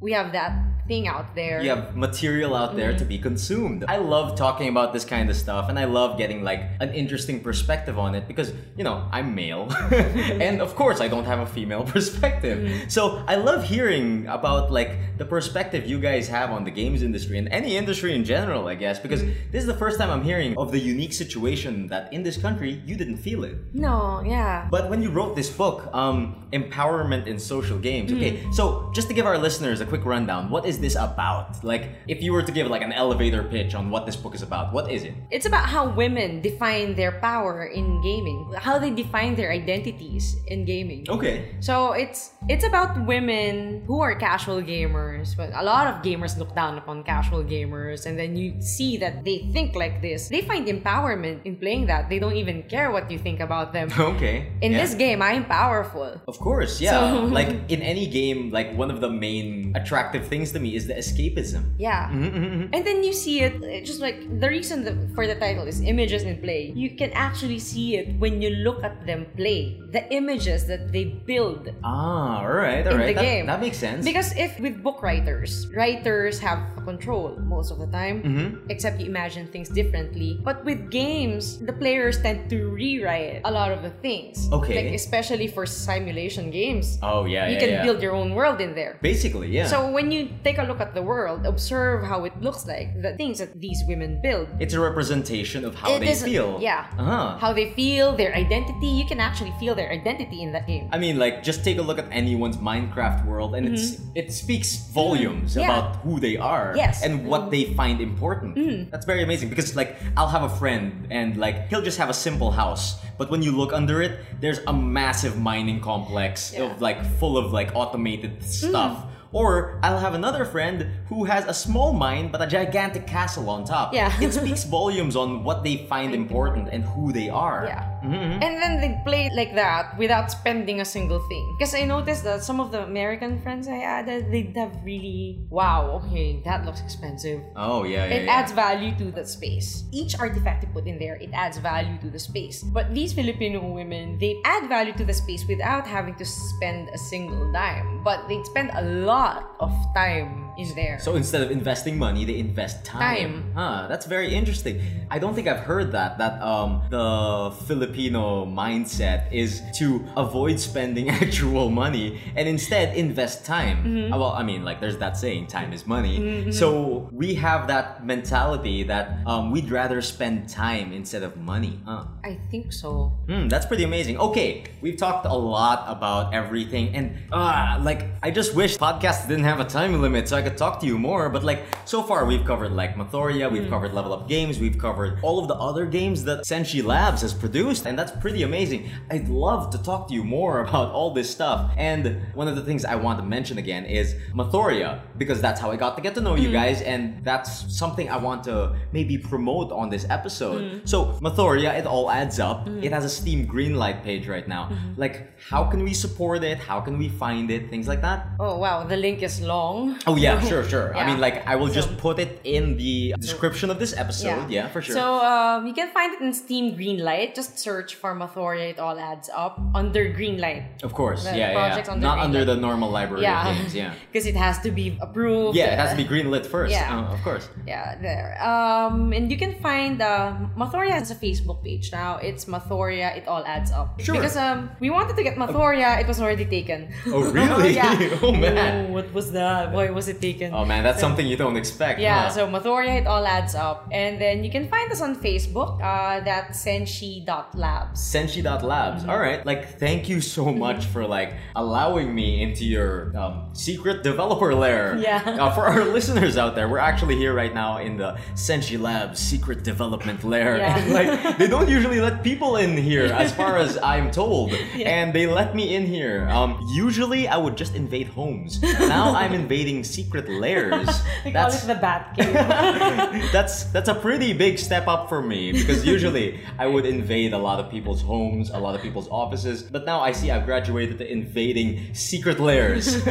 Speaker 2: we have that thing out there.
Speaker 1: you have material out there to be consumed. I love talking about this kind of stuff and I love getting like an interesting perspective on it because, you know, I'm male and of course I don't have a female perspective. So I love hearing about like the perspective you guys have on the games industry and any industry in general, I guess, because this is the first time I'm hearing of the unique situation that in this country you didn't feel it.
Speaker 2: No, yeah.
Speaker 1: But when you wrote this book, um, Empowerment in Social Games, okay,
Speaker 2: Mm-hmm.
Speaker 1: so just to give our listeners a quick rundown, what is this about? Like, if you were to give like an elevator pitch on what this book is about, what is it?
Speaker 2: It's about how women define their power in gaming, how they define their identities in gaming.
Speaker 1: Okay.
Speaker 2: So it's it's about women who are casual gamers, but a lot of gamers look down upon casual gamers, and then you see that they think like this. They find empowerment in playing that. They don't even care what you think about them.
Speaker 1: Okay.
Speaker 2: In
Speaker 1: yeah.
Speaker 2: this game, I am powerful.
Speaker 1: Of course, yeah.
Speaker 2: So-
Speaker 1: Like in any game, like one of the main attractive things to me is the escapism.
Speaker 2: Yeah. And then you see it, uh, just like the reason that, for the title is images in play. You can actually see it when you look at them play. The images that they build
Speaker 1: Ah, all right, all
Speaker 2: In
Speaker 1: right.
Speaker 2: the
Speaker 1: that,
Speaker 2: game.
Speaker 1: that makes sense.
Speaker 2: Because if with book writers, writers have control most of the
Speaker 1: Mm.
Speaker 2: time,
Speaker 1: Mm-hmm.
Speaker 2: except you imagine things differently. But with games, the players tend to rewrite a lot of the things.
Speaker 1: Okay.
Speaker 2: Like especially for simulation games,
Speaker 1: oh yeah,
Speaker 2: you
Speaker 1: yeah,
Speaker 2: can
Speaker 1: yeah.
Speaker 2: build your own world in there.
Speaker 1: Basically, yeah.
Speaker 2: So when you take a look at the world, observe how it looks like, the things that these women build.
Speaker 1: it's a representation of how
Speaker 2: It
Speaker 1: they
Speaker 2: is-
Speaker 1: feel.
Speaker 2: yeah.
Speaker 1: Uh-huh.
Speaker 2: How they feel, their identity. You can actually feel their identity in that game.
Speaker 1: I mean, like, just take a look at anyone's Minecraft world, and it's it speaks volumes
Speaker 2: Mm-hmm. Mm, Yeah.
Speaker 1: about who they are
Speaker 2: Yes. Mm.
Speaker 1: and what they find important. That's very amazing because, like, I'll have a friend, and like, he'll just have a simple house, but when you look under it, there's a massive mining complex
Speaker 2: Yeah. Mm.
Speaker 1: of like full of like automated stuff. Or I'll have another friend who has a small mine but a gigantic castle on top.
Speaker 2: Yeah.
Speaker 1: it speaks volumes on what they find important and who they are.
Speaker 2: Yeah.
Speaker 1: Mm-hmm.
Speaker 2: And then they play like that without spending a single thing. Because I noticed that some of the American friends I added, they have really, wow, okay, that looks expensive.
Speaker 1: Oh yeah, yeah.
Speaker 2: It
Speaker 1: yeah.
Speaker 2: adds value to the space. Each artifact you put in there, it adds value to the space. But these Filipino women, they add value to the space without having to spend a single dime. But they spend a lot of time time in there.
Speaker 1: So instead of investing money, they invest time.
Speaker 2: Time.
Speaker 1: Huh, that's very interesting. I don't think I've heard that that um the Filipino mindset is to avoid spending actual money and instead invest time.
Speaker 2: Mm-hmm.
Speaker 1: Uh, Well, I mean, like there's that saying, time is money. So we have that mentality that um we'd rather spend time instead of money. Huh.
Speaker 2: I think so.
Speaker 1: Hmm, that's pretty amazing. Okay, we've talked a lot about everything, and ah, like I just wish podcasts didn't have a time limit so I could talk to you more. But like so far, we've covered like Mathoria, we've covered Level Up Games, we've covered all of the other games that Senshi Labs has produced, and that's pretty amazing. I'd love to talk to you more about all this stuff. And one of the things I want to mention again is Mathoria because that's how I got to get to know
Speaker 2: Mm.
Speaker 1: you guys, and that's something I want to maybe promote on this episode.
Speaker 2: Mm.
Speaker 1: So Mathoria, it all adds up. It has a Steam green light page right now.
Speaker 2: Mm-hmm.
Speaker 1: Like, how can we support it? How can we find it? Things like that.
Speaker 2: Oh wow, the link is long.
Speaker 1: Oh yeah, sure, sure. I
Speaker 2: Yeah.
Speaker 1: mean, like, I will just
Speaker 2: So-
Speaker 1: put it in the description of this episode. Yeah, for sure.
Speaker 2: So um, you can find it in Steam Greenlight. Just search for Mathoria. It all adds up under Greenlight.
Speaker 1: of course,
Speaker 2: the
Speaker 1: yeah, yeah,
Speaker 2: projects
Speaker 1: yeah.
Speaker 2: on the
Speaker 1: Not
Speaker 2: green
Speaker 1: under
Speaker 2: light.
Speaker 1: the normal library
Speaker 2: Yeah,
Speaker 1: of games, yeah.
Speaker 2: Because it has to be approved.
Speaker 1: Yeah, it has to be greenlit first.
Speaker 2: Yeah.
Speaker 1: Uh, of course.
Speaker 2: Yeah, there. Um, and you can find uh, Mathoria has a Facebook page now. It's Mathoria. It all adds up.
Speaker 1: Sure.
Speaker 2: Because um, we wanted to get Mathoria. It was already taken.
Speaker 1: Oh, really?
Speaker 2: yeah.
Speaker 1: Oh, man.
Speaker 2: Oh, what was that? Why was it taken?
Speaker 1: Oh man, that's something you don't expect.
Speaker 2: Yeah,
Speaker 1: huh?
Speaker 2: so Mathoria, it all adds up. And then you can find us on Facebook, uh, that's senshi.labs.
Speaker 1: Senshi.labs. All right. Like, thank you so much for like allowing me into your um, secret developer lair.
Speaker 2: Yeah.
Speaker 1: Uh, for our listeners out there, we're actually here right now in the Senshi Labs secret development lair.
Speaker 2: Yeah.
Speaker 1: And, like, they don't usually let people in here, as far as I'm told. And they let me in here. Um, usually, I would just invade homes. Now I'm invading secret lairs. That's
Speaker 2: the Bat Cave.
Speaker 1: that's that's a pretty big step up for me because usually I would invade a lot of people's homes, a lot of people's offices, but now I see I've graduated to invading secret lairs.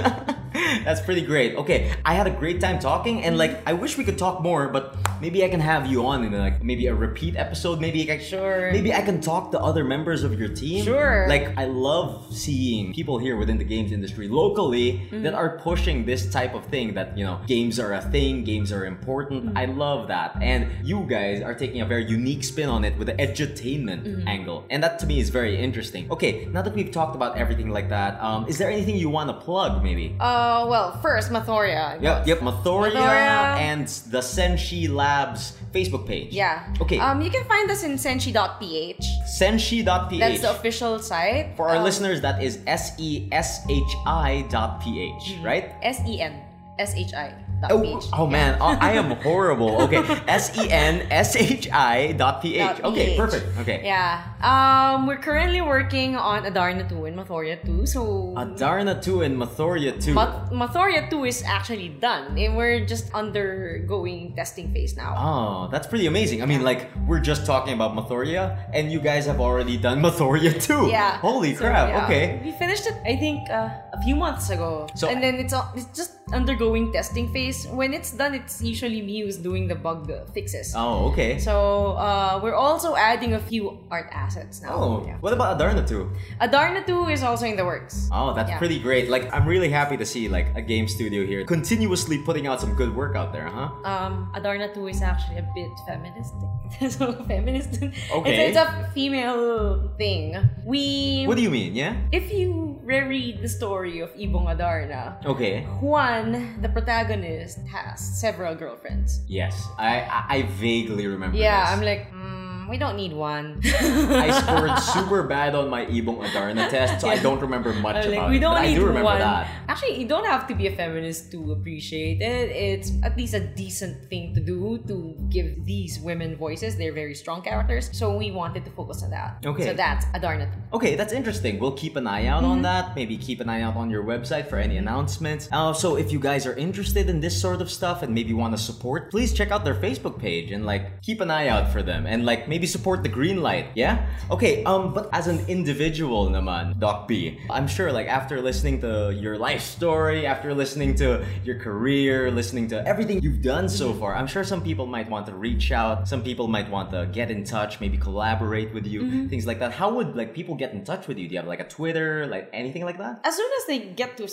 Speaker 1: that's pretty great. Okay, I had a great time talking and like I wish we could talk more, but maybe I can have you on in like maybe a repeat episode, maybe I can,
Speaker 2: Sure.
Speaker 1: maybe I can talk to other members of your team.
Speaker 2: Sure.
Speaker 1: Like I love seeing people here within the games industry locally
Speaker 2: Mm-hmm.
Speaker 1: that are pushing this type of thing that, you know, games are a thing, games are important.
Speaker 2: Mm-hmm.
Speaker 1: I love that. And you guys are taking a very unique spin on it with the edutainment
Speaker 2: Mm-hmm.
Speaker 1: angle. And that to me is very interesting. Okay, now that we've talked about everything like that, um, is there anything you want to plug maybe?
Speaker 2: uh, well, first, Mathoria.
Speaker 1: Yep, yep. Mathoria,
Speaker 2: Mathoria.
Speaker 1: and the Senshi Labs Facebook page.
Speaker 2: Yeah.
Speaker 1: Okay.
Speaker 2: Um, you can find us in senshi.ph.
Speaker 1: Senshi.ph.
Speaker 2: That's the official site.
Speaker 1: For our
Speaker 2: Um,
Speaker 1: listeners, that is S E S H I dot P H, right?
Speaker 2: S-E-N. S-H-I. Mm-hmm. Dot
Speaker 1: Oh,
Speaker 2: PH.
Speaker 1: oh man, oh, I am horrible. Okay, S E N S H I dot P H.
Speaker 2: Dot
Speaker 1: Okay,
Speaker 2: PH.
Speaker 1: perfect. Okay.
Speaker 2: Yeah. Um, we're currently working on Adarna 2 and Mathoria 2, so...
Speaker 1: Adarna 2 and Mathoria 2.
Speaker 2: Math- Mathoria 2 is actually done, and we're just undergoing testing phase now.
Speaker 1: Oh, that's pretty amazing. I mean, like, we're just talking about Mathoria, and you guys have already done Mathoria 2.
Speaker 2: Yeah.
Speaker 1: Holy
Speaker 2: So,
Speaker 1: crap,
Speaker 2: yeah.
Speaker 1: okay.
Speaker 2: We finished it, I think, uh, a few months ago.
Speaker 1: So-
Speaker 2: and then it's all, it's just undergoing testing phase. When it's done, it's usually me who's doing the bug uh, fixes.
Speaker 1: Oh, okay.
Speaker 2: So uh, we're also adding a few art assets now.
Speaker 1: oh,
Speaker 2: Yeah.
Speaker 1: what about Adarna 2?
Speaker 2: Adarna 2 is also in the works.
Speaker 1: Oh, that's
Speaker 2: Yeah.
Speaker 1: pretty great. Like, I'm really happy to see, like, a game studio here continuously putting out some good work out there, huh?
Speaker 2: Um, Adarna 2 is actually a bit feminist. so feminist.
Speaker 1: Okay.
Speaker 2: It's, it's a female thing. We.
Speaker 1: What do you mean, yeah?
Speaker 2: if you reread the story of Ibong Adarna,
Speaker 1: Okay.
Speaker 2: Juan, the protagonist, has several girlfriends.
Speaker 1: Yes, I I, I vaguely remember.
Speaker 2: Yeah,
Speaker 1: this.
Speaker 2: I'm like, mm, we don't need one.
Speaker 1: I scored super bad on my Ibong Adarna test, so I don't remember much
Speaker 2: I'm
Speaker 1: about
Speaker 2: like, we
Speaker 1: it.
Speaker 2: don't
Speaker 1: but
Speaker 2: need
Speaker 1: I do remember
Speaker 2: one.
Speaker 1: that.
Speaker 2: Actually, you don't have to be a feminist to appreciate it. It's at least a decent thing to do to give these women voices. They're very strong characters, so we wanted to focus on that.
Speaker 1: Okay.
Speaker 2: So that's Adarna.
Speaker 1: Okay, that's interesting. We'll keep an eye out
Speaker 2: Mm-hmm.
Speaker 1: on that. Maybe keep an eye out on your website for any announcements. Uh, so if you guys are interested in this sort of stuff and maybe want to support, please check out their Facebook page and like keep an eye out for them and like Maybe support the green light. Yeah? Okay, um, but as an individual naman, Doc B, I'm sure like after listening to your life story, after listening to your career, listening to everything you've done so far, I'm sure some people might want to reach out, some people might want to get in touch, maybe collaborate with you, things like that. How would like people get in touch with you? Do you have like a Twitter, like anything like that?
Speaker 2: As soon as they get to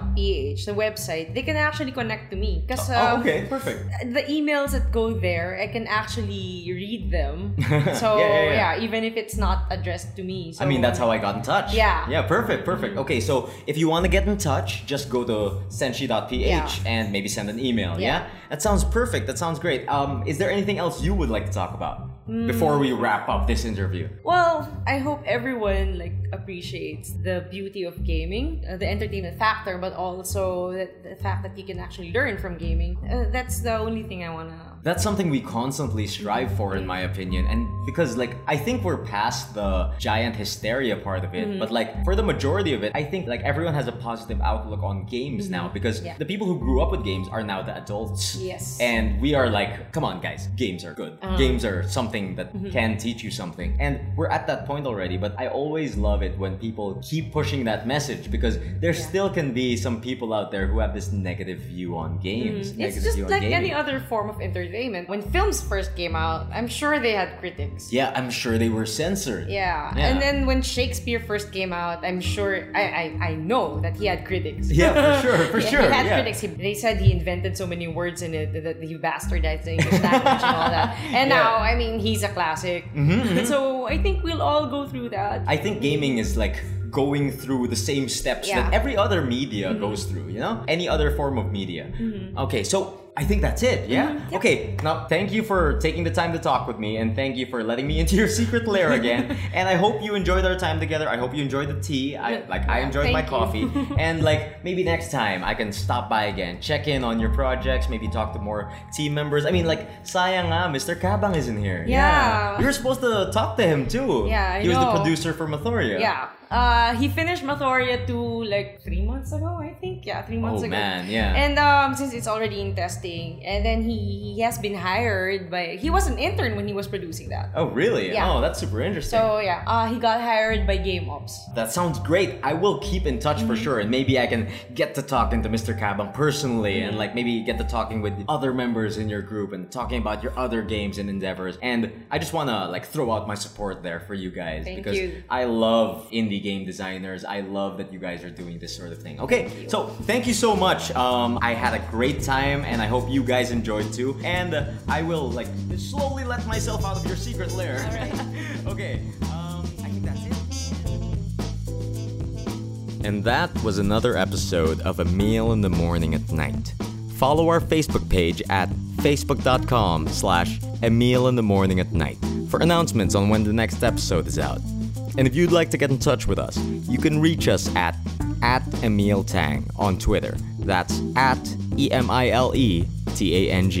Speaker 2: senshi.ph, the website, they can actually connect to me. um, Because
Speaker 1: oh, okay, perfect.
Speaker 2: the emails that go there, I can actually read them.
Speaker 1: Yeah,
Speaker 2: So
Speaker 1: yeah, yeah.
Speaker 2: even if it's not addressed to me. So
Speaker 1: I mean, that's how I got in touch.
Speaker 2: Yeah. Mm-hmm.
Speaker 1: Yeah, perfect, perfect. Okay, so if you want to get in touch, just go to senshi.ph
Speaker 2: Yeah.
Speaker 1: and maybe send an email. Yeah.
Speaker 2: Yeah.
Speaker 1: That sounds perfect. That sounds great. Um, is there anything else you would like to talk about
Speaker 2: Mm.
Speaker 1: before we wrap up this interview?
Speaker 2: Well, I hope everyone like appreciates the beauty of gaming, uh, the entertainment factor, but also the, the fact that you can actually learn from gaming. Uh, that's the only thing I wanna.
Speaker 1: That's something we constantly strive for, in my opinion. And because, like, I think we're past the giant hysteria part of it,
Speaker 2: Mm-hmm.
Speaker 1: but, like, for the majority of it, I think, like, everyone has a positive outlook on games now because
Speaker 2: Mm-hmm. Yeah.
Speaker 1: the people who grew up with games are now the adults.
Speaker 2: Yes.
Speaker 1: And we are like, come on, guys, games are good.
Speaker 2: Uh-huh.
Speaker 1: Games are something that
Speaker 2: Mm-hmm.
Speaker 1: can teach you something. And we're at that point already, but I always love it when people keep pushing that message because there still can be some people out there who have this negative view on games.
Speaker 2: Mm-hmm. It's
Speaker 1: negative
Speaker 2: just
Speaker 1: view on
Speaker 2: like
Speaker 1: gaming.
Speaker 2: any other form of entertainment. When films first came out, I'm sure they had critics.
Speaker 1: Yeah, I'm sure they were censored.
Speaker 2: Yeah.
Speaker 1: Yeah.
Speaker 2: And then when Shakespeare first came out, I'm sure I I, I know that he had critics.
Speaker 1: Yeah, for sure, for
Speaker 2: He-
Speaker 1: sure,
Speaker 2: He had
Speaker 1: yeah.
Speaker 2: critics. He, they said he invented so many words in it that he bastardized the English language and all that. And
Speaker 1: Yeah. Mm-hmm,
Speaker 2: now, I mean, he's a classic. So I think we'll all go through that.
Speaker 1: I think gaming is like going through the same steps
Speaker 2: Yeah. Mm-hmm.
Speaker 1: that every other media goes through, you know? Any other form of media. Okay, so I think that's it, yeah?
Speaker 2: Mm-hmm.
Speaker 1: Okay, now thank you for taking the time to talk with me and thank you for letting me into your secret lair again. and I hope you enjoyed our time together. I hope you enjoyed the tea. I like I
Speaker 2: Yeah,
Speaker 1: enjoyed my
Speaker 2: thank you.
Speaker 1: coffee. and like maybe next time I can stop by again, check in on your projects, maybe talk to more team members. I mean like sayang ah, Mr. Kabang isn't here.
Speaker 2: Yeah.
Speaker 1: You were supposed to talk to him too.
Speaker 2: Yeah, I
Speaker 1: He was the
Speaker 2: know.
Speaker 1: producer from Athoria.
Speaker 2: yeah. Uh, he finished Mathoria 2 like three months ago, I think. Yeah, three months
Speaker 1: Oh,
Speaker 2: ago.
Speaker 1: man, yeah.
Speaker 2: And um, since it's already in testing, and then he, he has been hired by. He was an intern when he was producing that.
Speaker 1: Oh, really?
Speaker 2: Yeah.
Speaker 1: Oh, that's super interesting.
Speaker 2: So yeah, uh, he got hired by Game Ops.
Speaker 1: that sounds great. I will keep in touch for sure, and maybe I can get to talking to Mr. Cabang personally, and like maybe get to talking with other members in your group and talking about your other games and endeavors. And I just wanna like throw out my support there for you guys
Speaker 2: Thank
Speaker 1: because
Speaker 2: you.
Speaker 1: I love indie game designers. I love that you guys are doing this sort of thing. Okay, so thank you so much. Um, I had a great time, and I hope you guys enjoyed too. And uh, I will like slowly let myself out of your secret lair. okay, um, I think that's it.
Speaker 5: And that was another episode of A Meal in the Morning at Night. Follow our Facebook page at facebook.com slash A Meal in the Morning at Night for announcements on when the next episode is out. And if you'd like to get in touch with us, you can reach us at at Emil Tang on Twitter. That's at E E-M-I-L-E-T-A-N-G.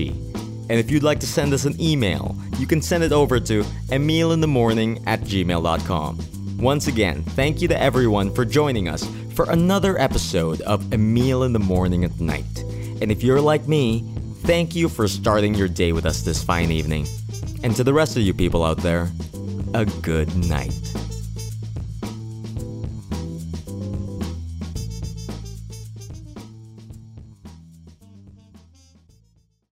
Speaker 5: And if you'd like to send us an email, you can send it over to emilinthemorning at gmail.com. Once again, thank you to everyone for joining us for another episode of A Meal in the Morning at Night. And if you're like me, thank you for starting your day with us this fine evening. And to the rest of you people out there, a good night.